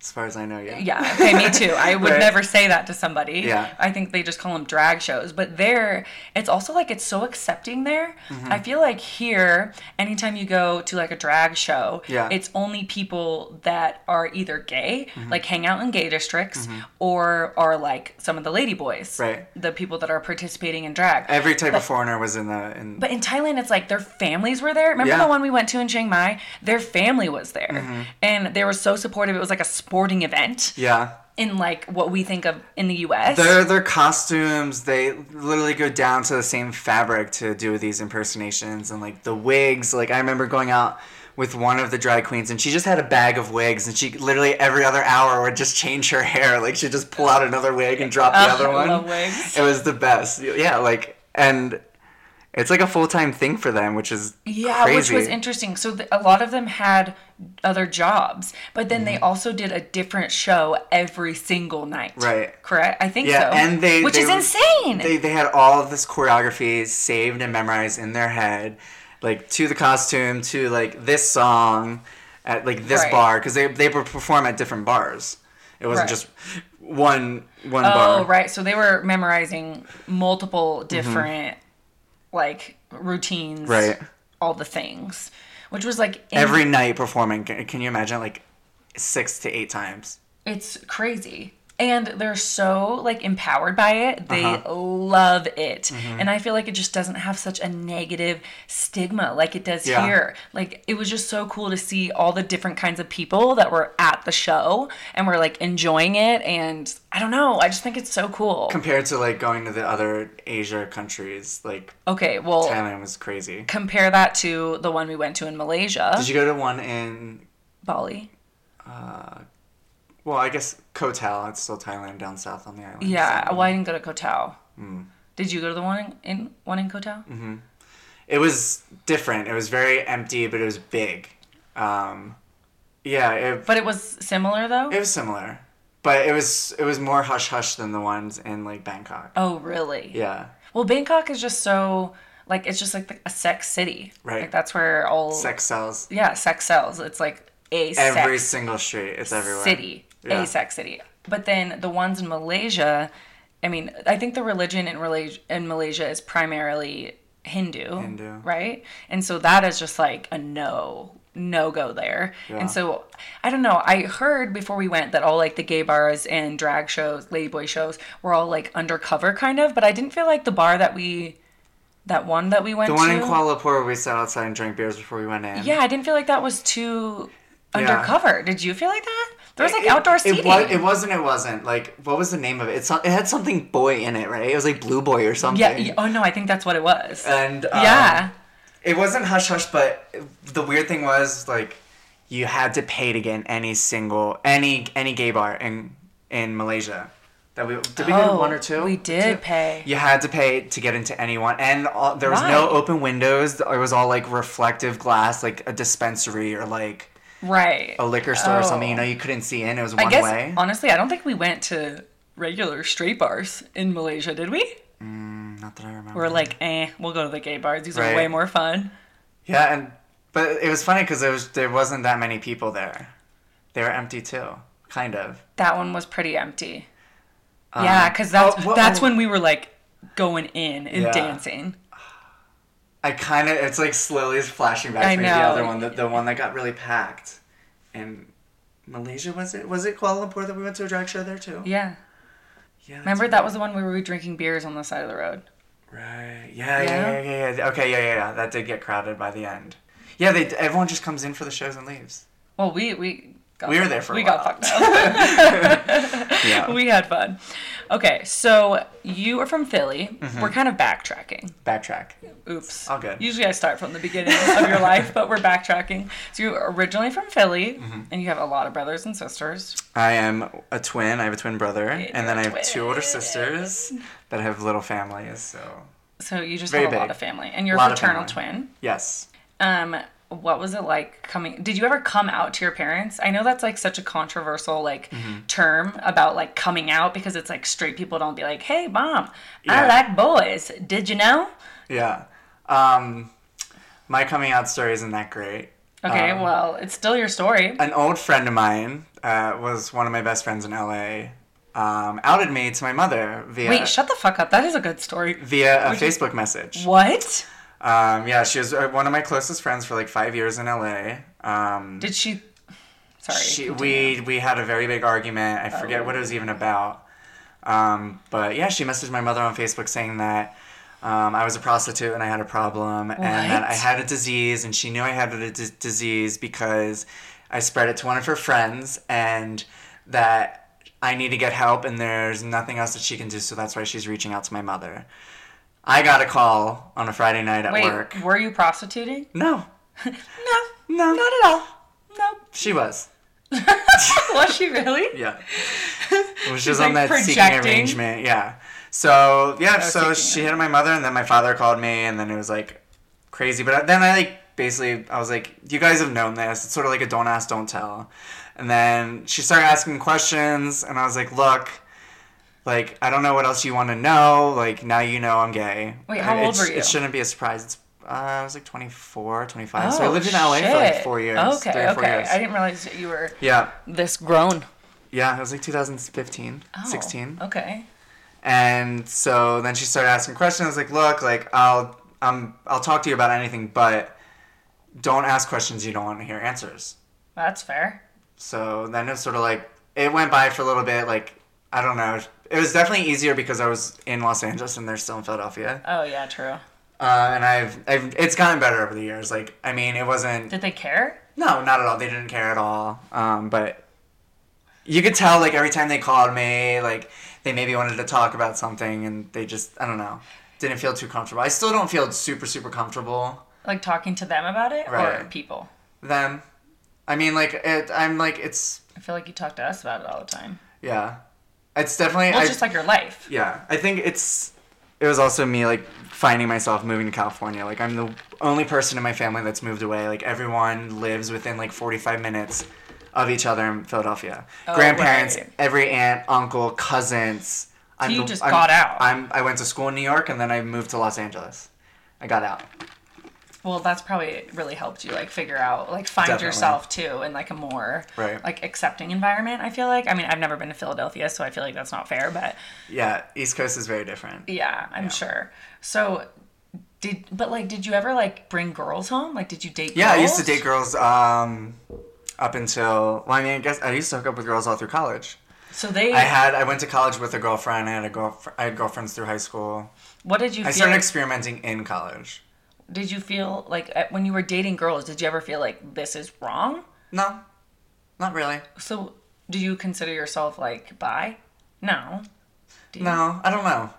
[SPEAKER 4] As far as I know, yeah.
[SPEAKER 1] Yeah, okay, me too. I would
[SPEAKER 4] Right.
[SPEAKER 1] never say that to somebody.
[SPEAKER 4] Yeah.
[SPEAKER 1] I think they just call them drag shows. But there, it's also like it's so accepting there.
[SPEAKER 4] Mm-hmm.
[SPEAKER 1] I feel like here, anytime you go to like a drag show,
[SPEAKER 4] Yeah.
[SPEAKER 1] it's only people that are either gay,
[SPEAKER 4] Mm-hmm.
[SPEAKER 1] like hang out in gay districts, or are like some of the lady boys.
[SPEAKER 4] Right.
[SPEAKER 1] The people that are participating in drag.
[SPEAKER 4] Every type of foreigner was in the in.
[SPEAKER 1] But in Thailand, it's like their families were there. Remember
[SPEAKER 4] Yeah. Mm-hmm.
[SPEAKER 1] the one we went to in Chiang Mai? Their family was there. And they were so supportive. It was like a sporting event
[SPEAKER 4] yeah.
[SPEAKER 1] in like what we think of in the US.
[SPEAKER 4] Their their costumes, they literally go down to the same fabric to do these impersonations and like the wigs. Like I remember going out with one of the drag queens and she just had a bag of wigs and she literally every other hour would just change her hair. Like she'd just pull out another wig and drop the
[SPEAKER 1] Ugh,
[SPEAKER 4] other
[SPEAKER 1] I
[SPEAKER 4] one.
[SPEAKER 1] love wigs.
[SPEAKER 4] It was the best. Yeah, like and it's like a full time thing for them, which is
[SPEAKER 1] yeah,
[SPEAKER 4] crazy.
[SPEAKER 1] which was interesting. So th- a lot of them had other jobs, but then
[SPEAKER 4] Mm-hmm.
[SPEAKER 1] they also did a different show every single night.
[SPEAKER 4] Right.
[SPEAKER 1] Correct? I think
[SPEAKER 4] Yeah,
[SPEAKER 1] so.
[SPEAKER 4] and they
[SPEAKER 1] Which
[SPEAKER 4] they-
[SPEAKER 1] is insane.
[SPEAKER 4] They they had all of this choreography saved and memorized in their head, like to the costume, to like this song, at like this
[SPEAKER 1] Right.
[SPEAKER 4] bar, because they they would perform at different bars. It wasn't
[SPEAKER 1] Right.
[SPEAKER 4] just one one bar.
[SPEAKER 1] oh, right. So they were memorizing multiple
[SPEAKER 4] Mm-hmm.
[SPEAKER 1] different like routines.
[SPEAKER 4] Right.
[SPEAKER 1] All the things. Which was like in-
[SPEAKER 4] Every night performing. Can, can you imagine like six to eight times?
[SPEAKER 1] it's crazy and they're so like empowered by it they
[SPEAKER 4] Uh-huh.
[SPEAKER 1] love it
[SPEAKER 4] Mm-hmm.
[SPEAKER 1] and i feel like it just doesn't have such a negative stigma like it does
[SPEAKER 4] Yeah.
[SPEAKER 1] here like it was just so cool to see all the different kinds of people that were at the show and were like enjoying it and i don't know i just think it's so cool
[SPEAKER 4] Compared to like going to the other Asia countries, like
[SPEAKER 1] okay well
[SPEAKER 4] Thailand was crazy.
[SPEAKER 1] compare that to the one we went to in malaysia
[SPEAKER 4] Did you go to one in?
[SPEAKER 1] bali
[SPEAKER 4] Well, I guess Koh Tao. It's still Thailand down south on the island.
[SPEAKER 1] yeah well i didn't go to koh tao
[SPEAKER 4] Hmm.
[SPEAKER 1] did you go to the one in, in one in koh tao
[SPEAKER 4] Mm-hmm. it was different. It was very empty, but it was big. Um, yeah, it,
[SPEAKER 1] but it was similar though
[SPEAKER 4] it was similar, but it was it was more hush hush than the ones in like Bangkok.
[SPEAKER 1] oh really
[SPEAKER 4] Yeah,
[SPEAKER 1] Well, Bangkok is just so like it's just like a sex city.
[SPEAKER 4] Right.
[SPEAKER 1] Like that's where all
[SPEAKER 4] sex sells
[SPEAKER 1] yeah sex sells. It's like a
[SPEAKER 4] every
[SPEAKER 1] sex
[SPEAKER 4] single street. It's everywhere.
[SPEAKER 1] city,
[SPEAKER 4] Yeah.
[SPEAKER 1] a sex city. But then the ones in Malaysia, I mean, I think the religion in Malaysia in Malaysia is primarily Hindu,
[SPEAKER 4] Hindu.
[SPEAKER 1] right? And so that is just like a no no go there.
[SPEAKER 4] Yeah.
[SPEAKER 1] And so I don't know. I heard before we went that all like the gay bars and drag shows, ladyboy shows, were all like undercover kind of, but I didn't feel like the bar that we, that one that we went
[SPEAKER 4] The one
[SPEAKER 1] to.
[SPEAKER 4] in Kuala Lumpur where we sat outside and drank beers before we went in.
[SPEAKER 1] yeah, I didn't feel like that was too
[SPEAKER 4] Yeah.
[SPEAKER 1] undercover. Did you feel like that? There was like
[SPEAKER 4] It-
[SPEAKER 1] outdoor
[SPEAKER 4] it,
[SPEAKER 1] seating.
[SPEAKER 4] was, it wasn't. It wasn't. Like, what was the name of it? It's, it had something boy in it, right? It was like Blue Boy or something.
[SPEAKER 1] yeah, yeah. Oh no, I think that's what it was.
[SPEAKER 4] And um,
[SPEAKER 1] yeah.
[SPEAKER 4] it wasn't hush hush, but the weird thing was like you had to pay to get in any single any any gay bar in in Malaysia. That we did we go
[SPEAKER 1] Oh,
[SPEAKER 4] to one or two?
[SPEAKER 1] we did
[SPEAKER 4] Two?
[SPEAKER 1] pay.
[SPEAKER 4] You had to pay to get into anyone, and all, there was no
[SPEAKER 1] Right.
[SPEAKER 4] open windows. It was all like reflective glass, like a dispensary or like
[SPEAKER 1] Right.
[SPEAKER 4] a liquor store or something.
[SPEAKER 1] Oh.
[SPEAKER 4] You know, you couldn't see in. It was one
[SPEAKER 1] I guess
[SPEAKER 4] way.
[SPEAKER 1] honestly, I don't think we went to regular straight bars in Malaysia, did we?
[SPEAKER 4] Not that I remember.
[SPEAKER 1] We are like, eh, we'll go to the gay bars. These
[SPEAKER 4] Mm. Right.
[SPEAKER 1] are way more fun.
[SPEAKER 4] yeah, and but it was funny because there was there wasn't that many people there. They were empty too, kind of.
[SPEAKER 1] That one was pretty empty. yeah, because that's
[SPEAKER 4] oh, what-
[SPEAKER 1] that's
[SPEAKER 4] oh.
[SPEAKER 1] when we were like going in and
[SPEAKER 4] Yeah.
[SPEAKER 1] dancing.
[SPEAKER 4] I kind of it's like slowly is flashing back
[SPEAKER 1] I
[SPEAKER 4] to me the
[SPEAKER 1] know.
[SPEAKER 4] other one, the, the one that got really packed, and Malaysia was it was it Kuala Lumpur that we went to a drag show there too?
[SPEAKER 1] Yeah.
[SPEAKER 4] Yeah, that's
[SPEAKER 1] Remember that was the one where we were drinking beers on the side of the road.
[SPEAKER 4] right. Yeah, yeah, yeah,
[SPEAKER 1] Yeah.
[SPEAKER 4] yeah, yeah. Okay, yeah, yeah, yeah. That did get crowded by the end. Yeah, they everyone just comes in for the shows and leaves.
[SPEAKER 1] Well, we we got
[SPEAKER 4] We were there for a
[SPEAKER 1] we
[SPEAKER 4] while.
[SPEAKER 1] got fucked up.
[SPEAKER 4] Yeah,
[SPEAKER 1] we had fun. Okay, so you are from Philly.
[SPEAKER 4] Mm-hmm.
[SPEAKER 1] We're kind of backtracking.
[SPEAKER 4] backtrack.
[SPEAKER 1] Oops.
[SPEAKER 4] All good.
[SPEAKER 1] Usually I start from the beginning of your life, but we're backtracking. So you're originally from Philly,
[SPEAKER 4] Mm-hmm.
[SPEAKER 1] and you have a lot of brothers and sisters.
[SPEAKER 4] I am a twin. I have a twin brother, and then I have two older
[SPEAKER 1] twin.
[SPEAKER 4] sisters that have little families. So
[SPEAKER 1] So you just
[SPEAKER 4] Very
[SPEAKER 1] have a
[SPEAKER 4] big.
[SPEAKER 1] lot of family, and you're a
[SPEAKER 4] Lot of
[SPEAKER 1] fraternal
[SPEAKER 4] family.
[SPEAKER 1] twin.
[SPEAKER 4] yes,
[SPEAKER 1] Um, what was it like coming? Did you ever come out to your parents? I know that's like such a controversial like
[SPEAKER 4] Mm-hmm.
[SPEAKER 1] term about like coming out because it's like straight people don't be like, "Hey, mom,
[SPEAKER 4] Yeah.
[SPEAKER 1] I like boys." Did you know?
[SPEAKER 4] yeah. Um, my coming out story isn't that great.
[SPEAKER 1] Okay,
[SPEAKER 4] Um,
[SPEAKER 1] well, it's still your story.
[SPEAKER 4] an old friend of mine uh, was one of my best friends in LA. Um, outed me to my mother via
[SPEAKER 1] Wait, shut the fuck up. That is a good story.
[SPEAKER 4] via a Facebook message.
[SPEAKER 1] What?
[SPEAKER 4] Um, yeah, she was uh, one of my closest friends for like five years in LA. Um,
[SPEAKER 1] Did she? Sorry. Oh.
[SPEAKER 4] she, we we had a very big argument. I forget what it was even about. Um, but yeah, she messaged my mother on Facebook saying that um, I was a prostitute and I had a problem and that I
[SPEAKER 1] What?
[SPEAKER 4] had a disease and she knew I had a d- disease because I spread it to one of her friends and that I need to get help and there's nothing else that she can do. So that's why she's reaching out to my mother. I got a call on a Friday night at
[SPEAKER 1] Wait,
[SPEAKER 4] work.
[SPEAKER 1] were you prostituting?
[SPEAKER 4] No,
[SPEAKER 1] No,
[SPEAKER 4] no,
[SPEAKER 1] not at all. No.
[SPEAKER 4] She was.
[SPEAKER 1] Was she really?
[SPEAKER 4] Yeah. Which is
[SPEAKER 1] She's,
[SPEAKER 4] on
[SPEAKER 1] like,
[SPEAKER 4] that seeking
[SPEAKER 1] projecting.
[SPEAKER 4] arrangement. Yeah. So, yeah, so
[SPEAKER 1] seeking
[SPEAKER 4] she hit my mother, and then my father called me, and then it was like crazy. But uh, then I like basically, I was like, you guys have known this. It's sort of like a don't ask, don't tell. And then she started asking questions, and I was like, look, like, I don't know what else you want to know. Like, now you know I'm gay.
[SPEAKER 1] Wait, how
[SPEAKER 4] It-
[SPEAKER 1] old
[SPEAKER 4] it,
[SPEAKER 1] were
[SPEAKER 4] sh-
[SPEAKER 1] you?
[SPEAKER 4] It shouldn't be a surprise. It's, uh, I was like 24, 25. so I
[SPEAKER 1] Oh,
[SPEAKER 4] lived in LA for like
[SPEAKER 1] shit.
[SPEAKER 4] four years.
[SPEAKER 1] Okay,
[SPEAKER 4] three or
[SPEAKER 1] okay.
[SPEAKER 4] four years.
[SPEAKER 1] I didn't realize that you were
[SPEAKER 4] yeah.
[SPEAKER 1] this grown.
[SPEAKER 4] Yeah, it was like 2015,
[SPEAKER 1] Oh,
[SPEAKER 4] 16.
[SPEAKER 1] Okay.
[SPEAKER 4] And so then she started asking questions. I was like, "Look, like I'll um I'll talk to you about anything, but don't ask questions you don't want to hear answers."
[SPEAKER 1] That's fair.
[SPEAKER 4] So then it's sort of like it went by for a little bit like I don't know. It was definitely easier because I was in Los Angeles and they're still in Philadelphia.
[SPEAKER 1] Oh, yeah, true.
[SPEAKER 4] Uh, and I've, I've it's gotten better over the years. Like I mean, it wasn't
[SPEAKER 1] Did they care?
[SPEAKER 4] no, not at all. They didn't care at all. Um, but you could tell, like every time they called me, like they maybe wanted to talk about something, and they just, I don't know, didn't feel too comfortable. I still don't feel super, super comfortable.
[SPEAKER 1] Like talking to them about it or
[SPEAKER 4] Right.
[SPEAKER 1] people?
[SPEAKER 4] Them, I mean, like it, I'm like it's,
[SPEAKER 1] I feel like you talk to us about it all the time.
[SPEAKER 4] yeah, it's definitely,
[SPEAKER 1] Well,
[SPEAKER 4] I,
[SPEAKER 1] it's just like your life.
[SPEAKER 4] yeah, I think it's. It was also me like finding myself moving to California. Like I'm the only person in my family that's moved away. Like everyone lives within like 45 minutes of each other in Philadelphia.
[SPEAKER 1] Oh,
[SPEAKER 4] Grandparents,
[SPEAKER 1] right.
[SPEAKER 4] every aunt, uncle, cousins. I'm
[SPEAKER 1] you just
[SPEAKER 4] I'm-
[SPEAKER 1] got out.
[SPEAKER 4] I'm I went to school in New York and then I moved to Los Angeles. I got out.
[SPEAKER 1] Well, that's probably really helped you like figure out like find
[SPEAKER 4] Definitely.
[SPEAKER 1] yourself too in like a more
[SPEAKER 4] Right.
[SPEAKER 1] like accepting environment. I feel like I mean I've never been to Philadelphia, so I feel like that's not fair, but
[SPEAKER 4] Yeah, East Coast is very different.
[SPEAKER 1] yeah, I'm sure. So Did but like did you ever like bring girls home? Like did you date?
[SPEAKER 4] Yeah,
[SPEAKER 1] girls?
[SPEAKER 4] I used to date girls um, up until. Well, I mean, I guess I used to hook up with girls all through college.
[SPEAKER 1] So they.
[SPEAKER 4] I had. I went to college with a girlfriend. I had a girlfriend. I had girlfriends through high school.
[SPEAKER 1] what did you
[SPEAKER 4] I
[SPEAKER 1] feel?
[SPEAKER 4] started experimenting in college.
[SPEAKER 1] did you feel like at, when you were dating girls? Did you ever feel like this is wrong?
[SPEAKER 4] No, not really.
[SPEAKER 1] So do you consider yourself like bi? No.
[SPEAKER 4] No, I don't know.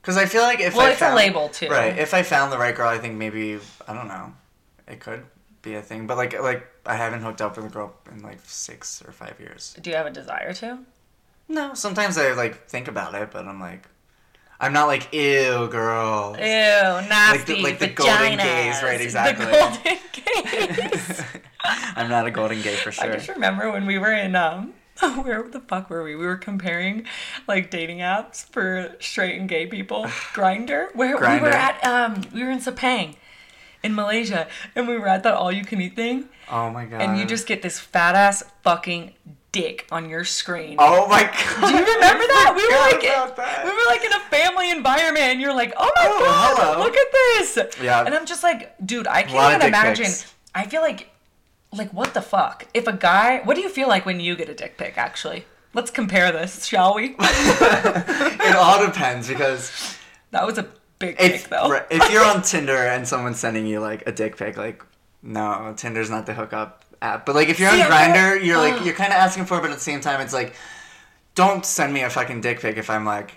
[SPEAKER 4] Because I feel like if
[SPEAKER 1] Well,
[SPEAKER 4] I
[SPEAKER 1] it's a
[SPEAKER 4] found-
[SPEAKER 1] label, too.
[SPEAKER 4] Right. If I found the right girl, I think maybe I don't know. It could be a thing, but like like I haven't hooked up with a girl in like six or five years.
[SPEAKER 1] Do you have a desire to?
[SPEAKER 4] No. Sometimes I like think about it, but I'm like, I'm not like ew, girl.
[SPEAKER 1] Ew, nasty
[SPEAKER 4] like the
[SPEAKER 1] vaginas.
[SPEAKER 4] golden gaze, right, exactly.
[SPEAKER 1] The golden gaze.
[SPEAKER 4] I'm not a golden gay for
[SPEAKER 1] I
[SPEAKER 4] sure.
[SPEAKER 1] just remember when we were in um where the fuck were we? We were comparing like dating apps for straight and gay people. Grinder. Where we
[SPEAKER 4] Grindr.
[SPEAKER 1] were at um we were in Sepang in Malaysia and we were at that all you can eat thing
[SPEAKER 4] Oh my god.
[SPEAKER 1] and you just get this fat ass fucking dick on your screen.
[SPEAKER 4] Oh my god.
[SPEAKER 1] Do you remember that? We
[SPEAKER 4] forgot
[SPEAKER 1] were like
[SPEAKER 4] about that.
[SPEAKER 1] we were like in a family environment and you're like, "Oh my god,
[SPEAKER 4] hello."
[SPEAKER 1] look at this."
[SPEAKER 4] Yeah.
[SPEAKER 1] And I'm just like, "Dude, I
[SPEAKER 4] lot
[SPEAKER 1] can't
[SPEAKER 4] of
[SPEAKER 1] even
[SPEAKER 4] dick
[SPEAKER 1] imagine."
[SPEAKER 4] pics.
[SPEAKER 1] I feel like like what the fuck? If a guy, what do you feel like when you get a dick pic actually? Let's compare this, shall we?
[SPEAKER 4] It all depends because
[SPEAKER 1] that was a big
[SPEAKER 4] if
[SPEAKER 1] dick though.
[SPEAKER 4] right, if you're on Tinder and someone's sending you like a dick pic, like no, Tinder's not the hookup app. But like if you're on
[SPEAKER 1] See, I uh. remember-
[SPEAKER 4] Grinder, you're like you're kind of asking for it, but at the same time, it's like don't send me a fucking dick pic if I'm like.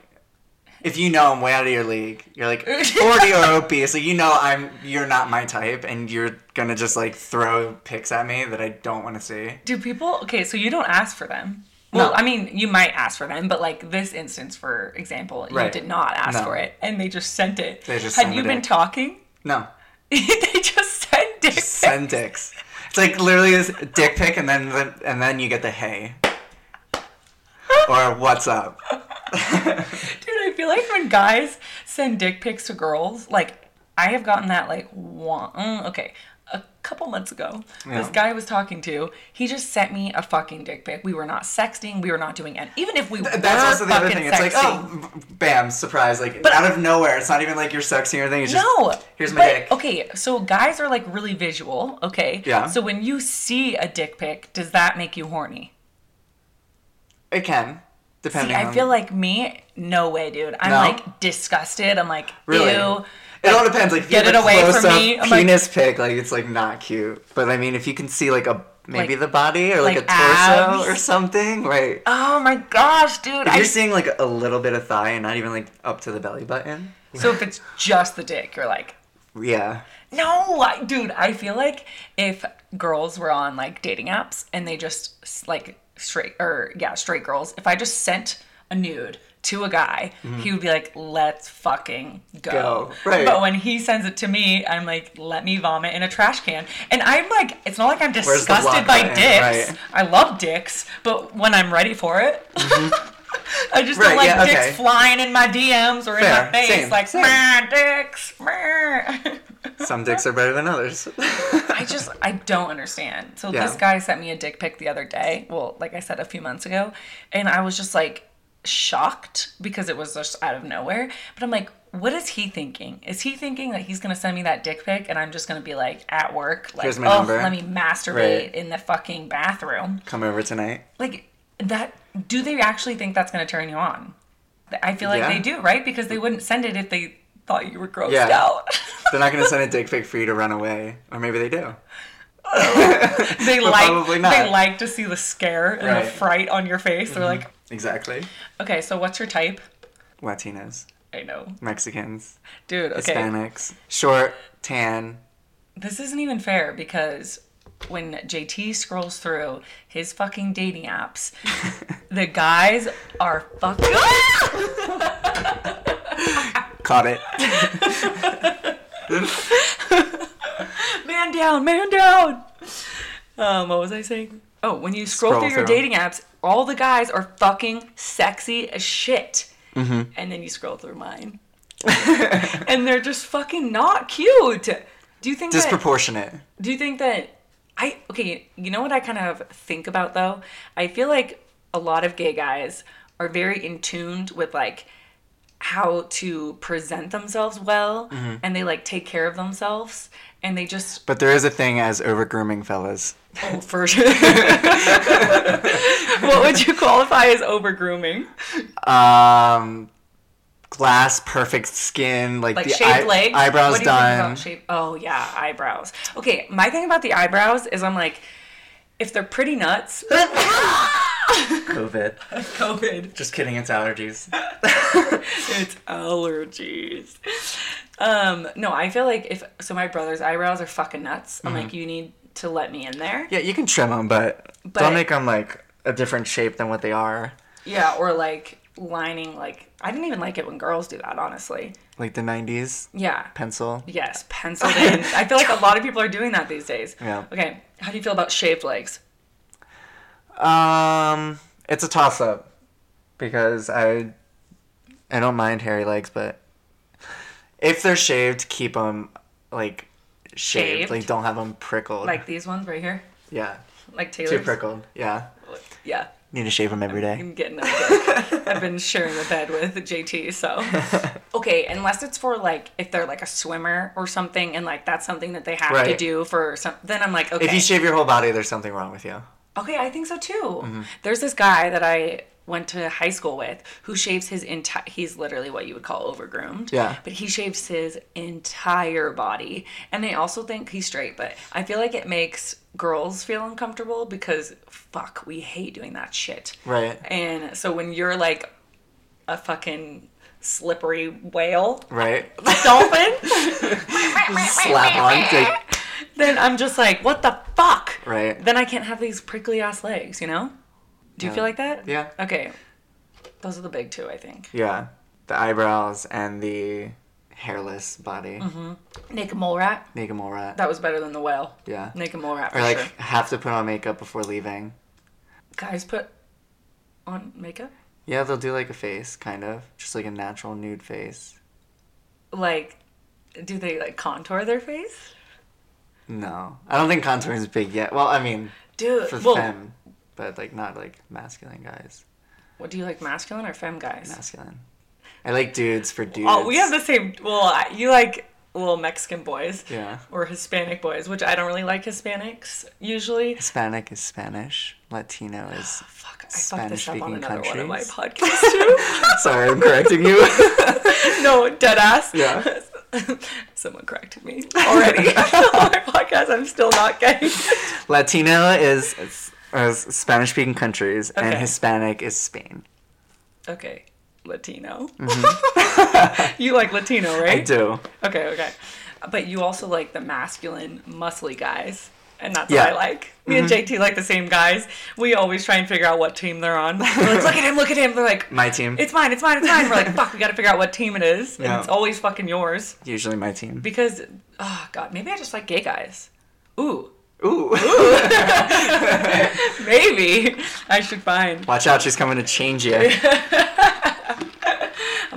[SPEAKER 4] If you know I'm way out of your league, you're like forty or obese, so you know I'm you're not my type, and you're gonna just like throw pics at me that I don't want to see.
[SPEAKER 1] Do people Okay, so you don't ask for them. Well,
[SPEAKER 4] No.
[SPEAKER 1] I mean, you might ask for them, but like this instance, for example, you
[SPEAKER 4] Right.
[SPEAKER 1] did not ask
[SPEAKER 4] No.
[SPEAKER 1] for it, and they just sent it.
[SPEAKER 4] They just
[SPEAKER 1] Had
[SPEAKER 4] sent
[SPEAKER 1] you
[SPEAKER 4] it
[SPEAKER 1] been
[SPEAKER 4] in.
[SPEAKER 1] talking?
[SPEAKER 4] No,
[SPEAKER 1] they just sent dick pics.
[SPEAKER 4] send dicks. It's like literally is dick pic, and then the, and then you get the hey, or what's up.
[SPEAKER 1] Dude, I feel like when guys send dick pics to girls, like I have gotten that like one. mm, Okay, a couple months ago, this
[SPEAKER 4] Yeah.
[SPEAKER 1] guy I was talking to, he just sent me a fucking dick pic. We were not sexting. We were not doing any. Even if we were
[SPEAKER 4] That's also the other
[SPEAKER 1] fucking
[SPEAKER 4] thing. It's
[SPEAKER 1] sexting.
[SPEAKER 4] like, oh, b- bam, surprise! Like
[SPEAKER 1] But-
[SPEAKER 4] out of nowhere. It's not even like oh, you're sexy or anything. It's just
[SPEAKER 1] no.
[SPEAKER 4] here's my
[SPEAKER 1] but, oh.
[SPEAKER 4] dick.
[SPEAKER 1] Okay, so guys are like really visual. Okay.
[SPEAKER 4] Yeah.
[SPEAKER 1] So when you see a dick pic, does that make you horny?
[SPEAKER 4] It can, depending.
[SPEAKER 1] See, I
[SPEAKER 4] on-
[SPEAKER 1] feel like me, no way, dude. I'm
[SPEAKER 4] No?
[SPEAKER 1] like disgusted. I'm like,
[SPEAKER 4] Really?
[SPEAKER 1] ew.
[SPEAKER 4] It all depends. Like if you
[SPEAKER 1] Get
[SPEAKER 4] have a
[SPEAKER 1] it away from
[SPEAKER 4] close-up
[SPEAKER 1] me. I'm like-
[SPEAKER 4] penis pic, like it's like not cute. But I mean, if you can see like a maybe
[SPEAKER 1] Like-
[SPEAKER 4] the body or like,
[SPEAKER 1] like
[SPEAKER 4] a torso
[SPEAKER 1] abs.
[SPEAKER 4] or something, right?
[SPEAKER 1] Oh my gosh, dude.
[SPEAKER 4] If
[SPEAKER 1] I
[SPEAKER 4] you're seeing like a little bit of thigh and not even like up to the belly button,
[SPEAKER 1] So if it's just the dick, you're like,
[SPEAKER 4] yeah.
[SPEAKER 1] no, I- dude, I feel like if girls were on like dating apps and they just s- like straight or yeah, straight girls, if I just sent a nude to a guy, he would be like, let's fucking go.
[SPEAKER 4] Mm-hmm. Go, right.
[SPEAKER 1] But when he sends it to me, I'm like, let me vomit in a trash can. And I'm like, it's not like I'm
[SPEAKER 4] the block
[SPEAKER 1] disgusted by
[SPEAKER 4] button?
[SPEAKER 1] dicks.
[SPEAKER 4] Right.
[SPEAKER 1] I love dicks, but when I'm ready for it, I just don't
[SPEAKER 4] Mm-hmm. Right,
[SPEAKER 1] like
[SPEAKER 4] yeah,
[SPEAKER 1] dicks
[SPEAKER 4] okay.
[SPEAKER 1] flying in my DMs or in
[SPEAKER 4] Fair,
[SPEAKER 1] my face,
[SPEAKER 4] same,
[SPEAKER 1] like
[SPEAKER 4] same.
[SPEAKER 1] my dicks. meh."
[SPEAKER 4] Some dicks are better than others.
[SPEAKER 1] I just I don't understand. So
[SPEAKER 4] Yeah.
[SPEAKER 1] this guy sent me a dick pic the other day. Well, like I said, a few months ago, and I was just like shocked because it was just out of nowhere. But I'm like, what is he thinking? Is he thinking that he's gonna send me that dick pic and I'm just gonna be like at work, like,
[SPEAKER 4] Here's my
[SPEAKER 1] oh,
[SPEAKER 4] number."
[SPEAKER 1] let me masturbate
[SPEAKER 4] Right.
[SPEAKER 1] in the fucking bathroom?
[SPEAKER 4] Come over tonight.
[SPEAKER 1] like that do they actually think that's going to turn you on i feel like
[SPEAKER 4] Yeah.
[SPEAKER 1] they do right because they wouldn't send it if they thought you were grossed
[SPEAKER 4] Yeah.
[SPEAKER 1] out
[SPEAKER 4] They're not gonna send a dick pic for you to run away, or maybe they do.
[SPEAKER 1] they like
[SPEAKER 4] probably not.
[SPEAKER 1] they like to see the scare and the
[SPEAKER 4] Right. Mm-hmm.
[SPEAKER 1] fright on your face they're like
[SPEAKER 4] Exactly.
[SPEAKER 1] okay so what's your type
[SPEAKER 4] Latinos,
[SPEAKER 1] i know
[SPEAKER 4] Mexicans,
[SPEAKER 1] dude okay
[SPEAKER 4] Hispanics, short, tan.
[SPEAKER 1] this isn't even fair because when JT scrolls through his fucking dating apps, the guys are fucking.
[SPEAKER 4] Caught it.
[SPEAKER 1] man down, man down. Um, what was I saying? Oh, when you scroll,
[SPEAKER 4] Scroll
[SPEAKER 1] through your
[SPEAKER 4] through.
[SPEAKER 1] dating apps, all the guys are fucking sexy as shit.
[SPEAKER 4] Mm-hmm.
[SPEAKER 1] And then you scroll through mine, and they're just fucking not cute. Do you think that?
[SPEAKER 4] Disproportionate.
[SPEAKER 1] Do you think that I okay, you know what I kind of think about though? I feel like a lot of gay guys are very in tuned with like how to present themselves well
[SPEAKER 4] Mm-hmm.
[SPEAKER 1] and they like take care of themselves and they just
[SPEAKER 4] But there is a thing as over grooming fellas.
[SPEAKER 1] oh for sure what would you qualify as over grooming
[SPEAKER 4] Um, glass, perfect skin, like,
[SPEAKER 1] like
[SPEAKER 4] the
[SPEAKER 1] shaped
[SPEAKER 4] eye-
[SPEAKER 1] legs
[SPEAKER 4] eyebrows
[SPEAKER 1] What do you think
[SPEAKER 4] done.
[SPEAKER 1] about shape oh yeah eyebrows okay my thing about the eyebrows is i'm like if they're pretty nuts
[SPEAKER 4] COVID.
[SPEAKER 1] covid
[SPEAKER 4] Just kidding, it's allergies.
[SPEAKER 1] it's allergies. Um, no, I feel like if so, my brother's eyebrows are fucking nuts. I'm
[SPEAKER 4] Mm-hmm.
[SPEAKER 1] like, you need to let me in there.
[SPEAKER 4] Yeah, you can trim them, but,
[SPEAKER 1] But-
[SPEAKER 4] don't make them like a different shape than what they are.
[SPEAKER 1] Yeah, or like lining. Like I didn't even like it when girls do that. Honestly,
[SPEAKER 4] Like the 90s
[SPEAKER 1] yeah.
[SPEAKER 4] pencil.
[SPEAKER 1] Yes, penciled in. I feel like a lot of people are doing that these days.
[SPEAKER 4] Yeah.
[SPEAKER 1] Okay, how do you feel about shaved legs?
[SPEAKER 4] Um, it's a toss up because I I don't mind hairy legs, but if they're shaved, keep them like shaved.
[SPEAKER 1] Shaved?
[SPEAKER 4] Like don't have them prickled.
[SPEAKER 1] Like these ones right here,
[SPEAKER 4] yeah,
[SPEAKER 1] like
[SPEAKER 4] too
[SPEAKER 1] Taylor's.
[SPEAKER 4] prickled. Yeah,
[SPEAKER 1] Yeah,
[SPEAKER 4] need to shave them every day.
[SPEAKER 1] I'm getting up. I've been sharing a bed with JT, so okay. Unless it's for like if they're like a swimmer or something, and like that's something that they have to
[SPEAKER 4] Right.
[SPEAKER 1] do for some. Then I'm like, okay,
[SPEAKER 4] If you shave your whole body, there's something wrong with you.
[SPEAKER 1] okay, I think so too.
[SPEAKER 4] Mm-hmm.
[SPEAKER 1] There's this guy that I went to high school with who shaves his entire. He's literally what you would call overgroomed.
[SPEAKER 4] Yeah.
[SPEAKER 1] but he shaves his entire body, and I also think he's straight. But I feel like it makes girls feel uncomfortable because fuck, we hate doing that shit.
[SPEAKER 4] Right.
[SPEAKER 1] And so when you're like a fucking slippery whale
[SPEAKER 4] Right.
[SPEAKER 1] dolphin,
[SPEAKER 4] Slap on. Like,
[SPEAKER 1] then I'm just like, what the fuck?
[SPEAKER 4] Right.
[SPEAKER 1] Then I can't have these prickly ass legs, you know? Do you
[SPEAKER 4] Yeah.
[SPEAKER 1] feel like that?
[SPEAKER 4] Yeah.
[SPEAKER 1] Okay. Those are the big two, I think.
[SPEAKER 4] yeah. The eyebrows and the hairless body.
[SPEAKER 1] Nick and mole rat.
[SPEAKER 4] Make them all right.
[SPEAKER 1] That was better than Mm-hmm. the whale.
[SPEAKER 4] Yeah.
[SPEAKER 1] Nick and mole rat for
[SPEAKER 4] or like
[SPEAKER 1] sure.
[SPEAKER 4] have to put on makeup before leaving.
[SPEAKER 1] Guys put on makeup?
[SPEAKER 4] Yeah, they'll do like a face, kind of, just like a natural nude face.
[SPEAKER 1] Like, do they like contour their face?
[SPEAKER 4] No, I don't think contouring is big yet. Well, I mean,
[SPEAKER 1] Dude,
[SPEAKER 4] for
[SPEAKER 1] Uh, well,
[SPEAKER 4] femme, but like not like masculine guys.
[SPEAKER 1] what do you like, masculine or femme guys?
[SPEAKER 4] Masculine. I like dudes for dudes.
[SPEAKER 1] Oh, we have the same. Well, I- you like little Mexican boys.
[SPEAKER 4] Yeah.
[SPEAKER 1] Or Hispanic boys, which I don't really like Hispanics usually.
[SPEAKER 4] Hispanic is Spanish. Latino is.
[SPEAKER 1] Fuck, I fucked this up on
[SPEAKER 4] Spanish-speaking
[SPEAKER 1] another one of my
[SPEAKER 4] countries?
[SPEAKER 1] podcasts too.
[SPEAKER 4] Sorry, I'm correcting you.
[SPEAKER 1] no, dead ass.
[SPEAKER 4] yeah.
[SPEAKER 1] Someone corrected me already on my podcast. I'm still not gay.
[SPEAKER 4] Latino is, is, Spanish speaking countries, and
[SPEAKER 1] Okay.
[SPEAKER 4] Hispanic is Spain.
[SPEAKER 1] Okay, Latino. you like Latino, right?
[SPEAKER 4] Mm-hmm. I do.
[SPEAKER 1] Okay, okay. But you also like the masculine, muscly guys. And that's
[SPEAKER 4] Yeah. Mm-hmm.
[SPEAKER 1] what I like. Me and JT like the same guys. We always try and figure out what team they're on. We're like, look at him, look at him. They're like,
[SPEAKER 4] My team.
[SPEAKER 1] it's mine, it's mine, it's mine. We're like, fuck, we gotta figure out what team it is. And
[SPEAKER 4] Yeah.
[SPEAKER 1] it's always fucking yours.
[SPEAKER 4] Usually my team.
[SPEAKER 1] Because, oh god, maybe I just like gay guys. Ooh,
[SPEAKER 4] Ooh.
[SPEAKER 1] maybe I should find.
[SPEAKER 4] Watch out, she's coming to change you.
[SPEAKER 1] I'm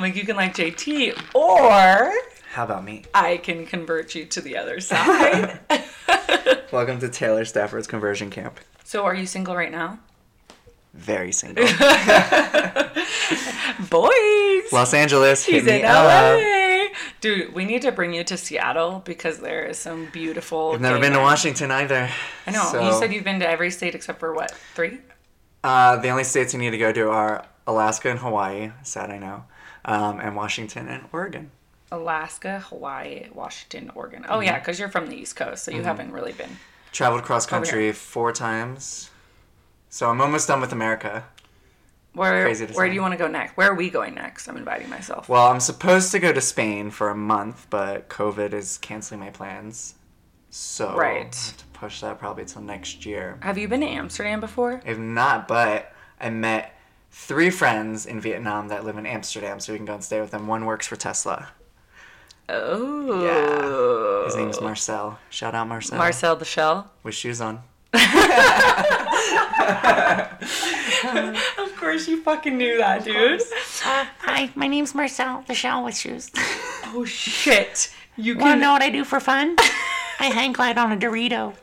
[SPEAKER 1] like, you can like JT, or
[SPEAKER 4] How about me?
[SPEAKER 1] I can convert you to the other side.
[SPEAKER 4] Welcome to Taylor Stafford's conversion camp.
[SPEAKER 1] so, are you single right now?
[SPEAKER 4] Very single.
[SPEAKER 1] Boys!
[SPEAKER 4] Los Angeles, hit
[SPEAKER 1] He's
[SPEAKER 4] me
[SPEAKER 1] in
[SPEAKER 4] up.
[SPEAKER 1] LA. Dude, we need to bring you to Seattle because there is some beautiful.
[SPEAKER 4] I've never been to Washington either.
[SPEAKER 1] I know. You said you've been to every state except for what? Three?
[SPEAKER 4] Uh, the only states you need to go to are Alaska and Hawaii. Sad, I know. Um, and Washington and Oregon.
[SPEAKER 1] Alaska, Hawaii, Washington, Oregon. Oh,
[SPEAKER 4] Mm-hmm.
[SPEAKER 1] yeah, because you're from the East Coast, so you haven't really been.
[SPEAKER 4] Traveled
[SPEAKER 1] Oh,
[SPEAKER 4] cross country four times. So I'm almost done with America.
[SPEAKER 1] Where,
[SPEAKER 4] Crazy to
[SPEAKER 1] where
[SPEAKER 4] say.
[SPEAKER 1] do you want to go next? Where are we going next? I'm inviting myself.
[SPEAKER 4] Well, I'm supposed to go to Spain for a month, but COVID is canceling my plans. So
[SPEAKER 1] Right.
[SPEAKER 4] I have to push that probably till next year.
[SPEAKER 1] Have you been to Amsterdam before?
[SPEAKER 4] If not, but I met three friends in Vietnam that live in Amsterdam, so we can go and stay with them. One works for Tesla.
[SPEAKER 1] Oh.
[SPEAKER 4] Yeah. His name's Marcel. Shout out Marcel.
[SPEAKER 1] Marcel the Shell.
[SPEAKER 4] With shoes on.
[SPEAKER 1] Of course, you fucking knew that, dude.
[SPEAKER 5] Hi, my name's Marcel, the shell with shoes.
[SPEAKER 1] Oh, shit. You
[SPEAKER 5] Wanna
[SPEAKER 1] can.
[SPEAKER 5] know what I do for fun? I hang glide on a Dorito.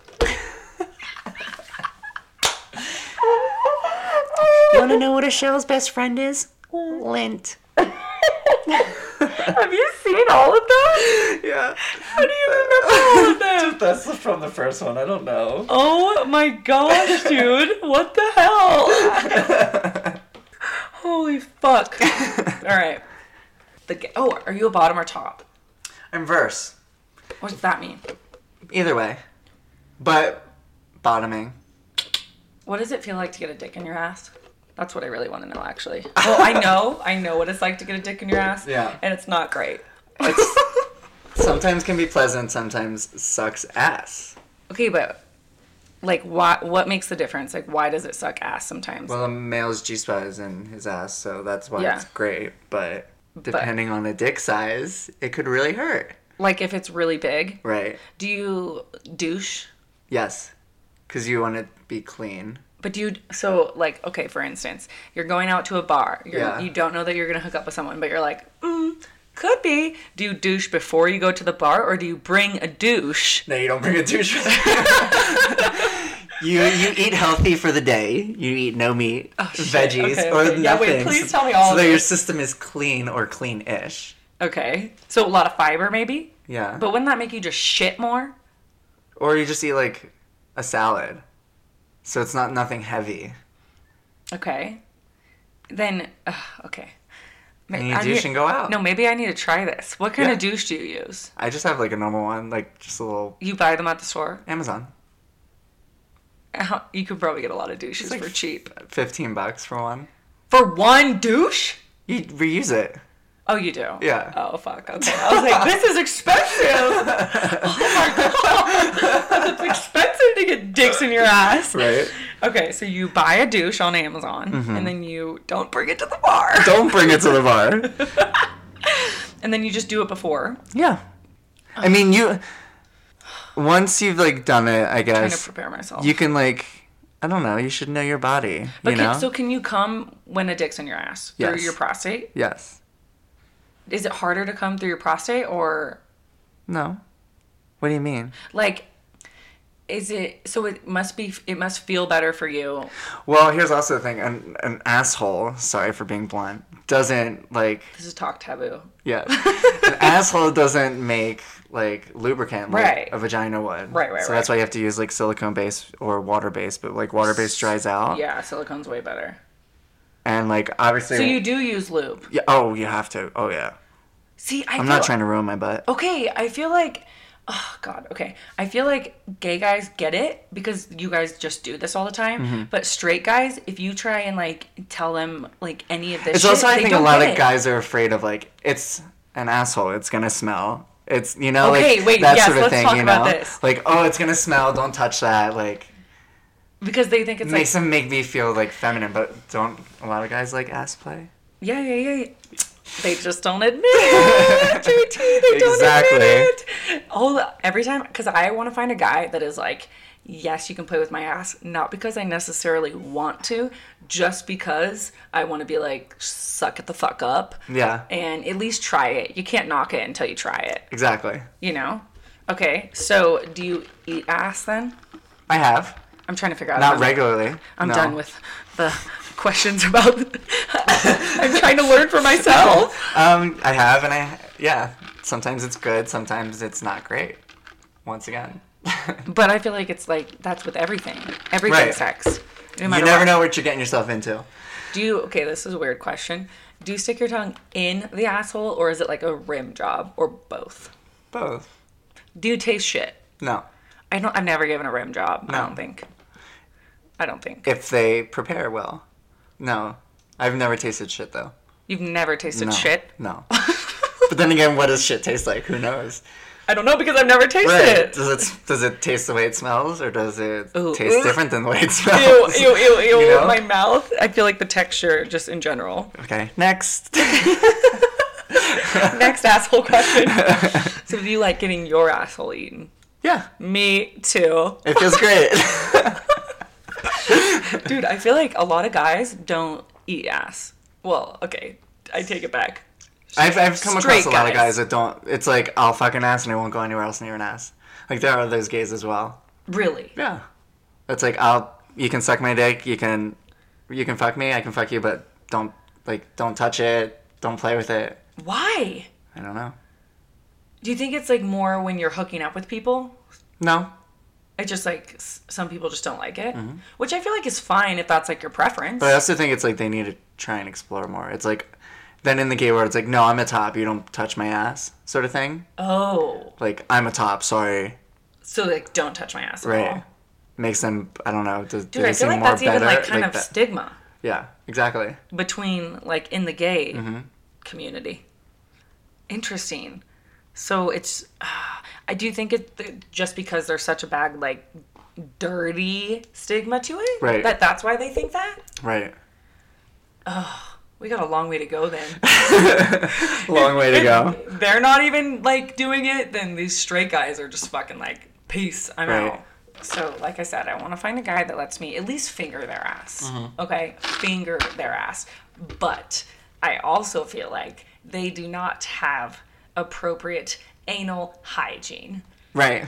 [SPEAKER 5] you wanna know what a shell's best friend is? Lint.
[SPEAKER 1] Have you seen all of them?
[SPEAKER 4] Yeah.
[SPEAKER 1] How do you remember all of them?
[SPEAKER 4] That's the- from the first one. I don't know.
[SPEAKER 1] Oh my gosh, dude. What the hell? Holy fuck. All right. The g- oh, are you a bottom or top?
[SPEAKER 4] I'm verse.
[SPEAKER 1] What does that mean?
[SPEAKER 4] Either way. But bottoming.
[SPEAKER 1] What does it feel like to get a dick in your ass? That's what I really want to know, actually. Well, I know, I know what it's like to get a dick in your ass.
[SPEAKER 4] Yeah.
[SPEAKER 1] And it's not great.
[SPEAKER 4] It's sometimes can be pleasant, sometimes sucks ass.
[SPEAKER 1] Okay, but like, why? What makes the difference? Like, why does it suck ass sometimes?
[SPEAKER 4] Well, a male's G spot is in his ass, so that's why
[SPEAKER 1] Yeah.
[SPEAKER 4] it's great. But depending on the dick size, it could really hurt.
[SPEAKER 1] like, if it's really big,
[SPEAKER 4] Right.
[SPEAKER 1] do you douche?
[SPEAKER 4] Yes. Because you want to be clean.
[SPEAKER 1] But do you so like okay? For instance, you're going out to a bar. You're,
[SPEAKER 4] Yeah.
[SPEAKER 1] You don't know that you're gonna hook up with someone, but you're like, mm, could be. Do you douche before you go to the bar, or do you bring a douche?
[SPEAKER 4] No, you don't bring a douche. you you eat healthy for the day. You eat no meat, veggies,
[SPEAKER 1] Oh, Okay,
[SPEAKER 4] or
[SPEAKER 1] okay.
[SPEAKER 4] nothing.
[SPEAKER 1] Yeah, wait, please tell me all
[SPEAKER 4] So
[SPEAKER 1] of
[SPEAKER 4] that your
[SPEAKER 1] this.
[SPEAKER 4] system is clean or clean-ish.
[SPEAKER 1] Okay, so a lot of fiber maybe.
[SPEAKER 4] Yeah.
[SPEAKER 1] But wouldn't that make you just shit more?
[SPEAKER 4] or you just eat like a salad, so it's not nothing heavy.
[SPEAKER 1] Okay. Then ugh, okay. Ma-
[SPEAKER 4] And you
[SPEAKER 1] I
[SPEAKER 4] douche
[SPEAKER 1] need-
[SPEAKER 4] and go out.
[SPEAKER 1] No, maybe I need to try this. What kind of
[SPEAKER 4] Yeah.
[SPEAKER 1] douche do you use?
[SPEAKER 4] I just have like a normal one, like just a little
[SPEAKER 1] You buy them at the store.
[SPEAKER 4] Amazon,
[SPEAKER 1] How- You could probably get a lot of douches
[SPEAKER 4] like
[SPEAKER 1] for cheap.
[SPEAKER 4] fifteen bucks for one.
[SPEAKER 1] For one douche?
[SPEAKER 4] You reuse it.
[SPEAKER 1] Oh, you do.
[SPEAKER 4] Yeah.
[SPEAKER 1] Oh fuck. Okay. I was like, this is expensive. oh my god, it's expensive to get dicks in your ass.
[SPEAKER 4] Right. Mm-hmm.
[SPEAKER 1] Okay, so you buy a douche on Amazon, and then you don't bring it to the bar,
[SPEAKER 4] Don't bring it to the bar.
[SPEAKER 1] and then you just do it before.
[SPEAKER 4] yeah. I mean, you. Once you've like done it, I
[SPEAKER 1] I'm
[SPEAKER 4] guess
[SPEAKER 1] gonna prepare myself.
[SPEAKER 4] you can like I don't know. You should know your body.
[SPEAKER 1] But
[SPEAKER 4] you
[SPEAKER 1] can,
[SPEAKER 4] know.
[SPEAKER 1] so can you come when a dick's in your ass through
[SPEAKER 4] Yes.
[SPEAKER 1] your prostate?
[SPEAKER 4] yes.
[SPEAKER 1] Is it harder to come through your prostate or
[SPEAKER 4] No. What do you mean?
[SPEAKER 1] like is it so it must be it must feel better for you.
[SPEAKER 4] Well, here's also the thing. An an asshole. Sorry for being blunt. Doesn't like
[SPEAKER 1] This is talk taboo.
[SPEAKER 4] yeah. an asshole doesn't make like lubricant like
[SPEAKER 1] Right.
[SPEAKER 4] a vagina would.
[SPEAKER 1] Right, right,
[SPEAKER 4] So that's
[SPEAKER 1] right.
[SPEAKER 4] why you have to use like silicone base or water base, but like water base dries out.
[SPEAKER 1] Yeah, silicone's way better.
[SPEAKER 4] And like obviously.
[SPEAKER 1] So you do use lube.
[SPEAKER 4] Yeah, oh, you have to. Oh yeah.
[SPEAKER 1] See, I
[SPEAKER 4] I'm not trying to ruin my butt.
[SPEAKER 1] Okay, I feel like oh god, okay. I feel like gay guys get it because you guys just do this all the time,
[SPEAKER 4] Mm-hmm.
[SPEAKER 1] but straight guys, if you try and like tell them like any of this
[SPEAKER 4] It's
[SPEAKER 1] shit,
[SPEAKER 4] also I
[SPEAKER 1] they
[SPEAKER 4] think a
[SPEAKER 1] don't
[SPEAKER 4] lot
[SPEAKER 1] get
[SPEAKER 4] of
[SPEAKER 1] it.
[SPEAKER 4] guys are afraid of like it's an asshole. It's gonna smell. It's you know
[SPEAKER 1] Okay,
[SPEAKER 4] like
[SPEAKER 1] wait,
[SPEAKER 4] that
[SPEAKER 1] yes,
[SPEAKER 4] sort of
[SPEAKER 1] let's
[SPEAKER 4] thing.
[SPEAKER 1] talk
[SPEAKER 4] you know,
[SPEAKER 1] about this.
[SPEAKER 4] like oh, it's gonna smell. Don't touch that. Like
[SPEAKER 1] because they think it's like
[SPEAKER 4] makes them make me feel like feminine. But don't a lot of guys like ass play?
[SPEAKER 1] Yeah, yeah, yeah. They just don't admit it. JT, they don't
[SPEAKER 4] Exactly.
[SPEAKER 1] admit it. All the- every time, because I want to find a guy that is like, yes, you can play with my ass, not because I necessarily want to, just because I want to be like, suck it the fuck up,
[SPEAKER 4] Yeah,
[SPEAKER 1] and at least try it. You can't knock it until you try it,
[SPEAKER 4] exactly.
[SPEAKER 1] you know. Okay, so do you eat ass then?
[SPEAKER 4] I have
[SPEAKER 1] I'm trying to figure out.
[SPEAKER 4] not
[SPEAKER 1] if I'm-
[SPEAKER 4] regularly.
[SPEAKER 1] I'm
[SPEAKER 4] no.
[SPEAKER 1] done with the questions about. I'm trying to learn for myself.
[SPEAKER 4] Um, I have, and I yeah. Sometimes it's good. Sometimes it's not great. Once again,
[SPEAKER 1] But I feel like it's like that's with everything. Everything
[SPEAKER 4] Right.
[SPEAKER 1] sex. No
[SPEAKER 4] you
[SPEAKER 1] matter
[SPEAKER 4] never
[SPEAKER 1] what.
[SPEAKER 4] know what you're getting yourself into.
[SPEAKER 1] Do you okay, this is a weird question. Do you stick your tongue in the asshole or is it like a rim job or both?
[SPEAKER 4] Both.
[SPEAKER 1] Do you taste shit?
[SPEAKER 4] No.
[SPEAKER 1] I don't I've never given a rim job, I
[SPEAKER 4] No.
[SPEAKER 1] don't think. I don't think.
[SPEAKER 4] if they prepare well. No, I've never tasted shit though.
[SPEAKER 1] You've never tasted
[SPEAKER 4] No,
[SPEAKER 1] shit.
[SPEAKER 4] No. but then again, what does shit taste like? Who knows?
[SPEAKER 1] I don't know because I've never tasted it.
[SPEAKER 4] Does it does it taste the way it smells, or does it
[SPEAKER 1] Ooh.
[SPEAKER 4] taste
[SPEAKER 1] Ooh.
[SPEAKER 4] different than the way it
[SPEAKER 1] Ew,
[SPEAKER 4] smells?
[SPEAKER 1] ew, ew, ew,
[SPEAKER 4] You know?
[SPEAKER 1] my mouth. I feel like the texture just in general.
[SPEAKER 4] Okay. Next.
[SPEAKER 1] Next asshole question. so do you like getting your asshole eaten?
[SPEAKER 4] yeah.
[SPEAKER 1] Me too.
[SPEAKER 4] It feels great.
[SPEAKER 1] Dude, I feel like a lot of guys don't eat ass. Well, okay, I take it back.
[SPEAKER 4] I've I've come
[SPEAKER 1] Straight
[SPEAKER 4] across a lot of guys
[SPEAKER 1] guys.
[SPEAKER 4] that don't. It's like I'll fuck an ass and I won't go anywhere else near an ass. Like there are those gays as well.
[SPEAKER 1] Really?
[SPEAKER 4] Yeah. It's like I'll you can suck my dick, you can you can fuck me, I can fuck you, but don't like don't touch it, don't play with it.
[SPEAKER 1] Why?
[SPEAKER 4] I don't know.
[SPEAKER 1] Do you think it's like more when you're hooking up with people?
[SPEAKER 4] No.
[SPEAKER 1] It's just like s- some people just don't like it, which I feel like is fine if that's like your preference.
[SPEAKER 4] Mm-hmm. But I also think it's like they need to try and explore more. It's like, then in the gay world, it's like, no, I'm a top, you don't touch my ass, sort of thing.
[SPEAKER 1] oh,
[SPEAKER 4] Like, I'm a top, sorry.
[SPEAKER 1] so like don't touch my ass. at all.
[SPEAKER 4] Right. Makes them, I don't know, does, do
[SPEAKER 1] Dude, I
[SPEAKER 4] they
[SPEAKER 1] feel
[SPEAKER 4] seem
[SPEAKER 1] like
[SPEAKER 4] more
[SPEAKER 1] that's even
[SPEAKER 4] better?
[SPEAKER 1] like kind of
[SPEAKER 4] that-
[SPEAKER 1] stigma
[SPEAKER 4] Yeah, exactly.
[SPEAKER 1] between like in the gay
[SPEAKER 4] Mm-hmm.
[SPEAKER 1] community. Interesting. So it's, ah, I do think it th- just because there's such a bad like dirty stigma to it
[SPEAKER 4] Right.
[SPEAKER 1] that that's why they think that.
[SPEAKER 4] Right.
[SPEAKER 1] We got a long way to go then.
[SPEAKER 4] Long way to go.
[SPEAKER 1] They're not even like doing it. Then these straight guys are just fucking like, peace. I'm
[SPEAKER 4] Right.
[SPEAKER 1] out. So like I said, I want to find a guy that lets me at least finger their ass.
[SPEAKER 4] Mm-hmm.
[SPEAKER 1] Okay, finger their ass. But I also feel like they do not have appropriate anal hygiene.
[SPEAKER 4] Right.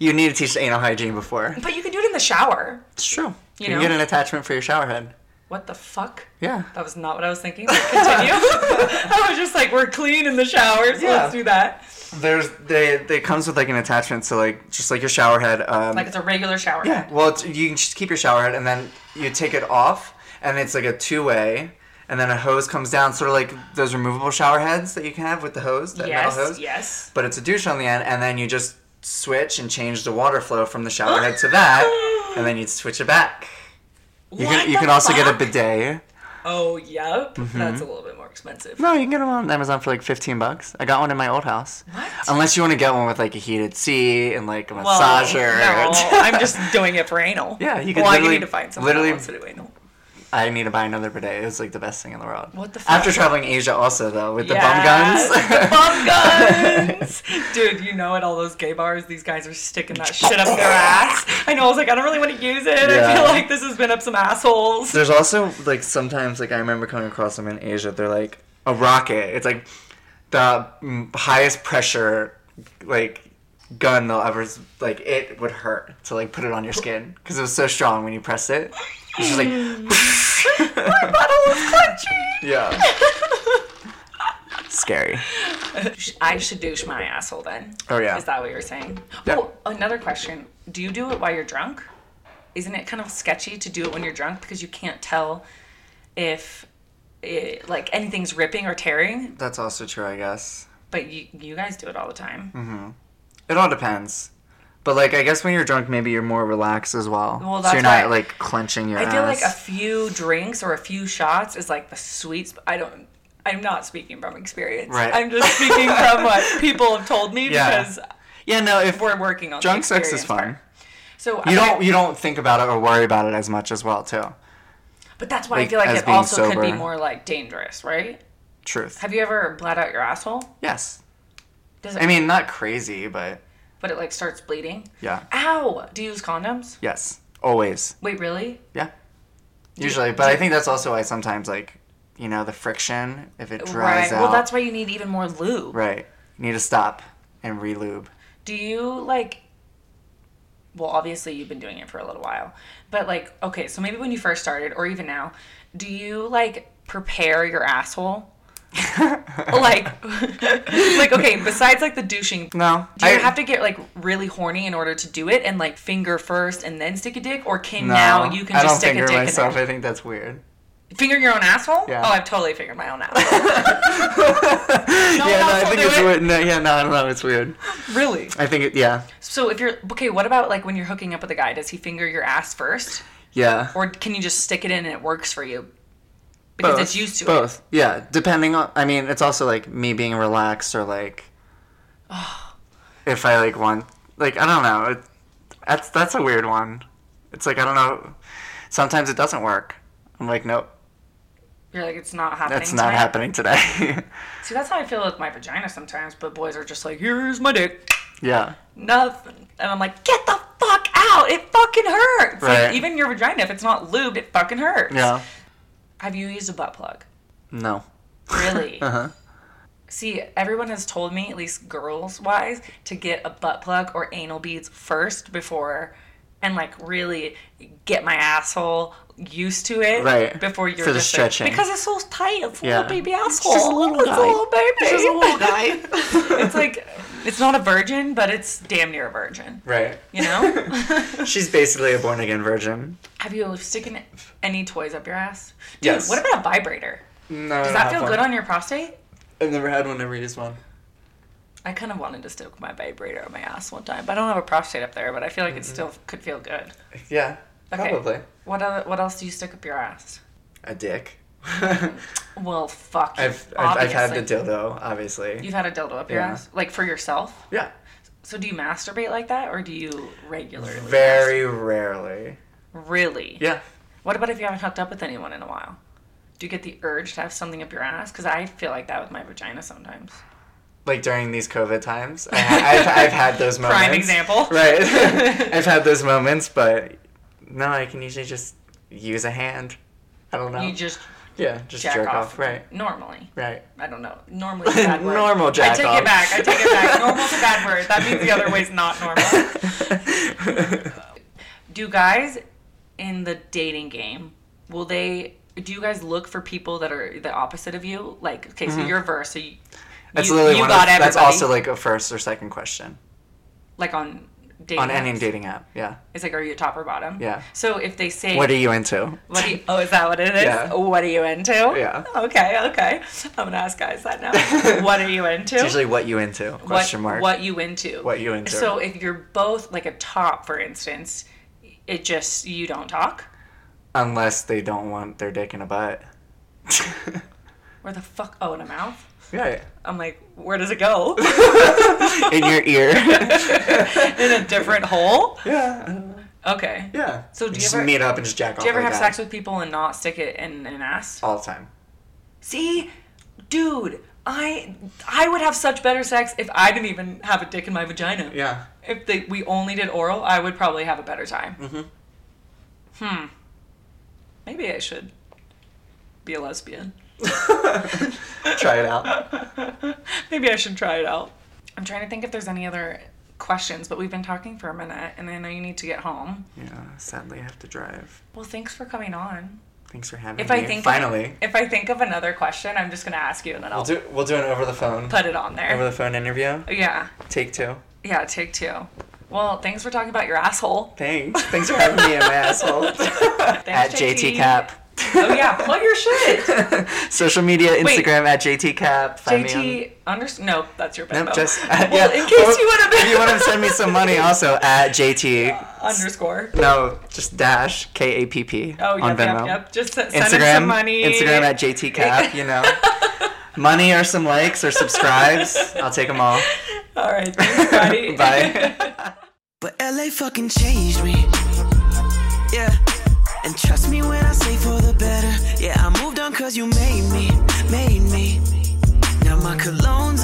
[SPEAKER 4] You need to teach anal hygiene before.
[SPEAKER 1] But you can do it in the shower.
[SPEAKER 4] It's true. You,
[SPEAKER 1] know?
[SPEAKER 4] can get an attachment for your shower head.
[SPEAKER 1] What the fuck?
[SPEAKER 4] Yeah.
[SPEAKER 1] That was not what I was thinking. Continue. I was just like, we're clean in the shower, so
[SPEAKER 4] Yeah.
[SPEAKER 1] let's do that.
[SPEAKER 4] There's they they comes with like an attachment, so like just like your shower head. Um,
[SPEAKER 1] Like it's a regular shower.
[SPEAKER 4] Yeah. Well, it's, you can just keep your shower head, and then you take it off, and it's like a two way, and then a hose comes down, sort of like those removable shower heads that you can have with the hose, that
[SPEAKER 1] Yes.
[SPEAKER 4] metal hose.
[SPEAKER 1] Yes.
[SPEAKER 4] But it's a douche on the end, and then you just switch and change the water flow from the shower head to that, and then you switch it back. You
[SPEAKER 1] What
[SPEAKER 4] can you
[SPEAKER 1] the
[SPEAKER 4] can also get a
[SPEAKER 1] fuck?
[SPEAKER 4] bidet.
[SPEAKER 1] Oh, yep. That's a little bit more expensive.
[SPEAKER 4] Mm-hmm. No, you can get them on Amazon for like fifteen bucks. I got one in my old house.
[SPEAKER 1] What?
[SPEAKER 4] Unless you want to get one with like a heated seat and like a
[SPEAKER 1] Well,
[SPEAKER 4] massager.
[SPEAKER 1] Oh, No, I'm just doing it for anal.
[SPEAKER 4] Yeah, you could
[SPEAKER 1] Well, I
[SPEAKER 4] literally-
[SPEAKER 1] need to find someone
[SPEAKER 4] literally-
[SPEAKER 1] that wants to do anal.
[SPEAKER 4] I need to buy another bidet. It was like the best thing in the world.
[SPEAKER 1] What the
[SPEAKER 4] After
[SPEAKER 1] fuck?
[SPEAKER 4] traveling Asia, also though, with
[SPEAKER 1] Yes,
[SPEAKER 4] the bum guns.
[SPEAKER 1] the bum guns. Dude, you know at all those gay bars, these guys are sticking that shit up their ass. I know. I was like, I don't really want to use it. I
[SPEAKER 4] Yeah.
[SPEAKER 1] feel like this has been up some assholes.
[SPEAKER 4] There's also like sometimes like I remember coming across them in Asia. They're like a rocket. It's like the mm, highest pressure like gun they'll ever s- like it would hurt to like put it on your skin because it was so strong when you pressed it. It's just like
[SPEAKER 1] My bottle is crunchy.
[SPEAKER 4] yeah, scary.
[SPEAKER 1] I should douche my asshole then.
[SPEAKER 4] Oh, yeah.
[SPEAKER 1] Is that what you're saying?
[SPEAKER 4] Yeah.
[SPEAKER 1] Oh, another question. Do you do it while you're drunk? Isn't it kind of sketchy to do it when you're drunk because you can't tell if it, like anything's ripping or tearing?
[SPEAKER 4] That's also true, I guess.
[SPEAKER 1] But you you guys do it all the time.
[SPEAKER 4] Mm-hmm. It all depends. But like, I guess when you're drunk, maybe you're more relaxed as well.
[SPEAKER 1] Well,
[SPEAKER 4] so
[SPEAKER 1] that's
[SPEAKER 4] you're not
[SPEAKER 1] why-
[SPEAKER 4] like clenching your
[SPEAKER 1] I feel
[SPEAKER 4] ass.
[SPEAKER 1] like a few drinks or a few shots is like the sweet. Sp- I don't. I'm not speaking from experience.
[SPEAKER 4] Right.
[SPEAKER 1] I'm just speaking from what people have told me
[SPEAKER 4] Yeah.
[SPEAKER 1] because
[SPEAKER 4] yeah, no. If
[SPEAKER 1] we're working on the
[SPEAKER 4] drunk sex is
[SPEAKER 1] experience
[SPEAKER 4] fine.
[SPEAKER 1] part. So
[SPEAKER 4] You
[SPEAKER 1] I
[SPEAKER 4] don't you don't think about it or worry about it as much as well too.
[SPEAKER 1] But that's why I
[SPEAKER 4] like,
[SPEAKER 1] feel like
[SPEAKER 4] as
[SPEAKER 1] it
[SPEAKER 4] being
[SPEAKER 1] also could be
[SPEAKER 4] sober.
[SPEAKER 1] more like dangerous, right?
[SPEAKER 4] Truth.
[SPEAKER 1] Have you ever bled out your asshole?
[SPEAKER 4] yes.
[SPEAKER 1] Does it,
[SPEAKER 4] I mean, not crazy, but
[SPEAKER 1] but it like starts bleeding.
[SPEAKER 4] yeah.
[SPEAKER 1] Ow! Do you use condoms?
[SPEAKER 4] Yes. Always.
[SPEAKER 1] Wait, really?
[SPEAKER 4] Yeah. Usually, but I think that's also why sometimes like, you know, the friction if it dries
[SPEAKER 1] right.
[SPEAKER 4] out.
[SPEAKER 1] Well, that's why you need even more lube.
[SPEAKER 4] right. You need to stop and relube.
[SPEAKER 1] Do you like? Well, obviously you've been doing it for a little while, but like, okay, so maybe when you first started, or even now, do you like prepare your asshole? like, like okay. Besides like the douching,
[SPEAKER 4] No.
[SPEAKER 1] Do you
[SPEAKER 4] I-
[SPEAKER 1] have to get like really horny in order to do it, and like finger first and then stick a dick, or can now you can
[SPEAKER 4] I
[SPEAKER 1] just
[SPEAKER 4] don't
[SPEAKER 1] stick
[SPEAKER 4] finger
[SPEAKER 1] a dick in
[SPEAKER 4] myself.
[SPEAKER 1] there?
[SPEAKER 4] I think that's weird.
[SPEAKER 1] Finger your own asshole?
[SPEAKER 4] Yeah.
[SPEAKER 1] Oh, I've totally fingered my own asshole. no
[SPEAKER 4] yeah,
[SPEAKER 1] one
[SPEAKER 4] no,
[SPEAKER 1] else
[SPEAKER 4] I
[SPEAKER 1] will
[SPEAKER 4] think
[SPEAKER 1] do
[SPEAKER 4] it's
[SPEAKER 1] it.
[SPEAKER 4] weird. No, yeah, no, I don't know. It's weird.
[SPEAKER 1] Really?
[SPEAKER 4] I think it. Yeah,
[SPEAKER 1] So if you're okay, what about like when you're hooking up with a guy? Does he finger your ass first,
[SPEAKER 4] yeah.
[SPEAKER 1] or can you just stick it in and it works for you because it's used to it?
[SPEAKER 4] both. Yeah, depending on. I mean, it's also like me being relaxed or like, if I like want, like I don't know. It, that's that's a weird one. It's like I don't know. Sometimes it doesn't work. I'm like, nope,
[SPEAKER 1] You're like, it's not happening.
[SPEAKER 4] that's not
[SPEAKER 1] tonight.
[SPEAKER 4] happening today.
[SPEAKER 1] See, that's how I feel with my vagina sometimes. But boys are just like, here's my dick.
[SPEAKER 4] yeah,
[SPEAKER 1] nothing. And I'm like, get the fuck out. It fucking hurts.
[SPEAKER 4] Right.
[SPEAKER 1] Like, even your vagina, if it's not lubed, it fucking hurts.
[SPEAKER 4] yeah,
[SPEAKER 1] Have you used a butt plug?
[SPEAKER 4] no.
[SPEAKER 1] Really?
[SPEAKER 4] Uh huh.
[SPEAKER 1] See, everyone has told me, at least girls wise, to get a butt plug or anal beads first before and like really get my asshole used to it
[SPEAKER 4] Right.
[SPEAKER 1] before you're
[SPEAKER 4] For the
[SPEAKER 1] just
[SPEAKER 4] stretching.
[SPEAKER 1] Like, because it's so tight. It's a
[SPEAKER 4] Yeah.
[SPEAKER 1] little baby asshole.
[SPEAKER 5] just a little
[SPEAKER 1] it's
[SPEAKER 5] guy.
[SPEAKER 1] A little baby. It's
[SPEAKER 5] Just a little guy.
[SPEAKER 1] like it's not a virgin, but it's damn near a virgin.
[SPEAKER 4] Right.
[SPEAKER 1] You know?
[SPEAKER 4] She's basically a born again virgin.
[SPEAKER 1] Have you sticking any toys up your ass? Dude,
[SPEAKER 4] Yes.
[SPEAKER 1] What about a vibrator?
[SPEAKER 4] No.
[SPEAKER 1] Does that feel good on your prostate?
[SPEAKER 4] I've never had one. Never used one.
[SPEAKER 1] I kind of wanted to stick my vibrator up my ass one time, but I don't have a prostate up there. But I feel like
[SPEAKER 4] Mm-hmm.
[SPEAKER 1] it still could feel good.
[SPEAKER 4] Yeah.
[SPEAKER 1] Okay.
[SPEAKER 4] Probably.
[SPEAKER 1] What other, What else do you stick up your ass?
[SPEAKER 4] A dick.
[SPEAKER 1] Well, fuck. you,
[SPEAKER 4] I've, I've, I've had the
[SPEAKER 1] obviously.
[SPEAKER 4] dildo, obviously.
[SPEAKER 1] You've had a dildo up your
[SPEAKER 4] Yeah.
[SPEAKER 1] ass, like for yourself.
[SPEAKER 4] Yeah.
[SPEAKER 1] So do you masturbate like that, or do you regularly?
[SPEAKER 4] Very rarely.
[SPEAKER 1] Really?
[SPEAKER 4] Yeah.
[SPEAKER 1] What about if you haven't hooked up with anyone in a while? Do you get the urge to have something up your ass? Because I feel like that with my vagina sometimes.
[SPEAKER 4] Like during these COVID times, I ha- I've, I've had those moments.
[SPEAKER 1] Prime example.
[SPEAKER 4] Right. I've had those moments, but no, I can usually just use a hand. I don't know.
[SPEAKER 1] You just
[SPEAKER 4] yeah, just
[SPEAKER 1] jack
[SPEAKER 4] jerk
[SPEAKER 1] off.
[SPEAKER 4] off. Right.
[SPEAKER 1] Normally.
[SPEAKER 4] Right.
[SPEAKER 1] I don't know. Normally is a bad word.
[SPEAKER 4] Normal jack
[SPEAKER 1] I take
[SPEAKER 4] off.
[SPEAKER 1] it back. I take it back. Normal's a bad word. That means the other way's not normal. Do guys in the dating game will they do you guys look for people that are the opposite of you? Like, okay,
[SPEAKER 4] Mm-hmm.
[SPEAKER 1] so you're verse, so you,
[SPEAKER 4] That's
[SPEAKER 1] you,
[SPEAKER 4] literally
[SPEAKER 1] you
[SPEAKER 4] one
[SPEAKER 1] got
[SPEAKER 4] of, that's
[SPEAKER 1] everybody.
[SPEAKER 4] also like a first or second question
[SPEAKER 1] like on dating
[SPEAKER 4] on any
[SPEAKER 1] apps?
[SPEAKER 4] dating app. Yeah.
[SPEAKER 1] It's like, are you top or bottom?
[SPEAKER 4] Yeah.
[SPEAKER 1] So if they say,
[SPEAKER 4] What are you into?
[SPEAKER 1] what do you, oh, is that what it is?
[SPEAKER 4] Yeah.
[SPEAKER 1] What are you into?
[SPEAKER 4] Yeah.
[SPEAKER 1] Okay, okay. I'm gonna ask guys that now. what are you into?
[SPEAKER 4] It's usually what you into? Question
[SPEAKER 1] what,
[SPEAKER 4] mark.
[SPEAKER 1] What you into?
[SPEAKER 4] What you into.
[SPEAKER 1] So if you're both like a top, for instance, it just you don't talk.
[SPEAKER 4] Unless they don't want their dick in a butt.
[SPEAKER 1] Where the fuck? Oh, in a mouth.
[SPEAKER 4] right.
[SPEAKER 1] I'm like, where does it go?
[SPEAKER 4] In your ear.
[SPEAKER 1] in a different hole?
[SPEAKER 4] yeah.
[SPEAKER 1] Okay.
[SPEAKER 4] Yeah. Oh,
[SPEAKER 1] So do you
[SPEAKER 4] just
[SPEAKER 1] ever-
[SPEAKER 4] meet up and just jack off.
[SPEAKER 1] Do you ever
[SPEAKER 4] like
[SPEAKER 1] have
[SPEAKER 4] that.
[SPEAKER 1] sex with people and not stick it in an ass?
[SPEAKER 4] all the time?
[SPEAKER 1] See, dude, I I would have such better sex if I didn't even have a dick in my vagina.
[SPEAKER 4] Yeah.
[SPEAKER 1] If they, we only did oral, I would probably have a better time. Mm-hmm. Hmm. Maybe I should be a lesbian.
[SPEAKER 4] Try it out.
[SPEAKER 1] Maybe I should try it out. I'm trying to think if there's any other questions, but we've been talking for a minute, and I know you need to get home.
[SPEAKER 4] Yeah. Sadly, I have to drive.
[SPEAKER 1] Well, thanks for coming on.
[SPEAKER 4] Thanks for having
[SPEAKER 1] If
[SPEAKER 4] me.
[SPEAKER 1] I think
[SPEAKER 4] finally,
[SPEAKER 1] if I think of another question, I'm just gonna ask you, and then I'll
[SPEAKER 4] we'll do we'll do an over the phone
[SPEAKER 1] put it on there.
[SPEAKER 4] over the phone interview.
[SPEAKER 1] yeah.
[SPEAKER 4] Take two.
[SPEAKER 1] Yeah, take two. Well, thanks for talking about your asshole.
[SPEAKER 4] Thanks. Thanks for having me in my asshole. At
[SPEAKER 1] Thanks,
[SPEAKER 4] JT Cap.
[SPEAKER 1] Oh yeah, plug your shit.
[SPEAKER 4] Social media,
[SPEAKER 1] Wait.
[SPEAKER 4] Instagram at JT Cap. Find Me
[SPEAKER 1] JT under no, that's your
[SPEAKER 4] on,
[SPEAKER 1] Venmo.
[SPEAKER 4] no, just
[SPEAKER 1] Oh.
[SPEAKER 4] uh,
[SPEAKER 1] well,
[SPEAKER 4] yeah.
[SPEAKER 1] in case
[SPEAKER 4] Or
[SPEAKER 1] you want to
[SPEAKER 4] if you want to send me some money, also at JT.
[SPEAKER 1] underscore.
[SPEAKER 4] No, just dash K A P P
[SPEAKER 1] Oh
[SPEAKER 4] on
[SPEAKER 1] yep,
[SPEAKER 4] Venmo.
[SPEAKER 1] yep, yep. Just se- send him
[SPEAKER 4] Instagram,
[SPEAKER 1] some money.
[SPEAKER 4] Instagram at JT Cap. You know, money or some likes or subscribes. I'll take them all.
[SPEAKER 1] All right, thanks, buddy.
[SPEAKER 4] Bye.
[SPEAKER 3] But LA fucking changed me. Yeah. And trust me when I say for the better. Yeah, I moved on cause you made me, made me. Now my cologne's Oh,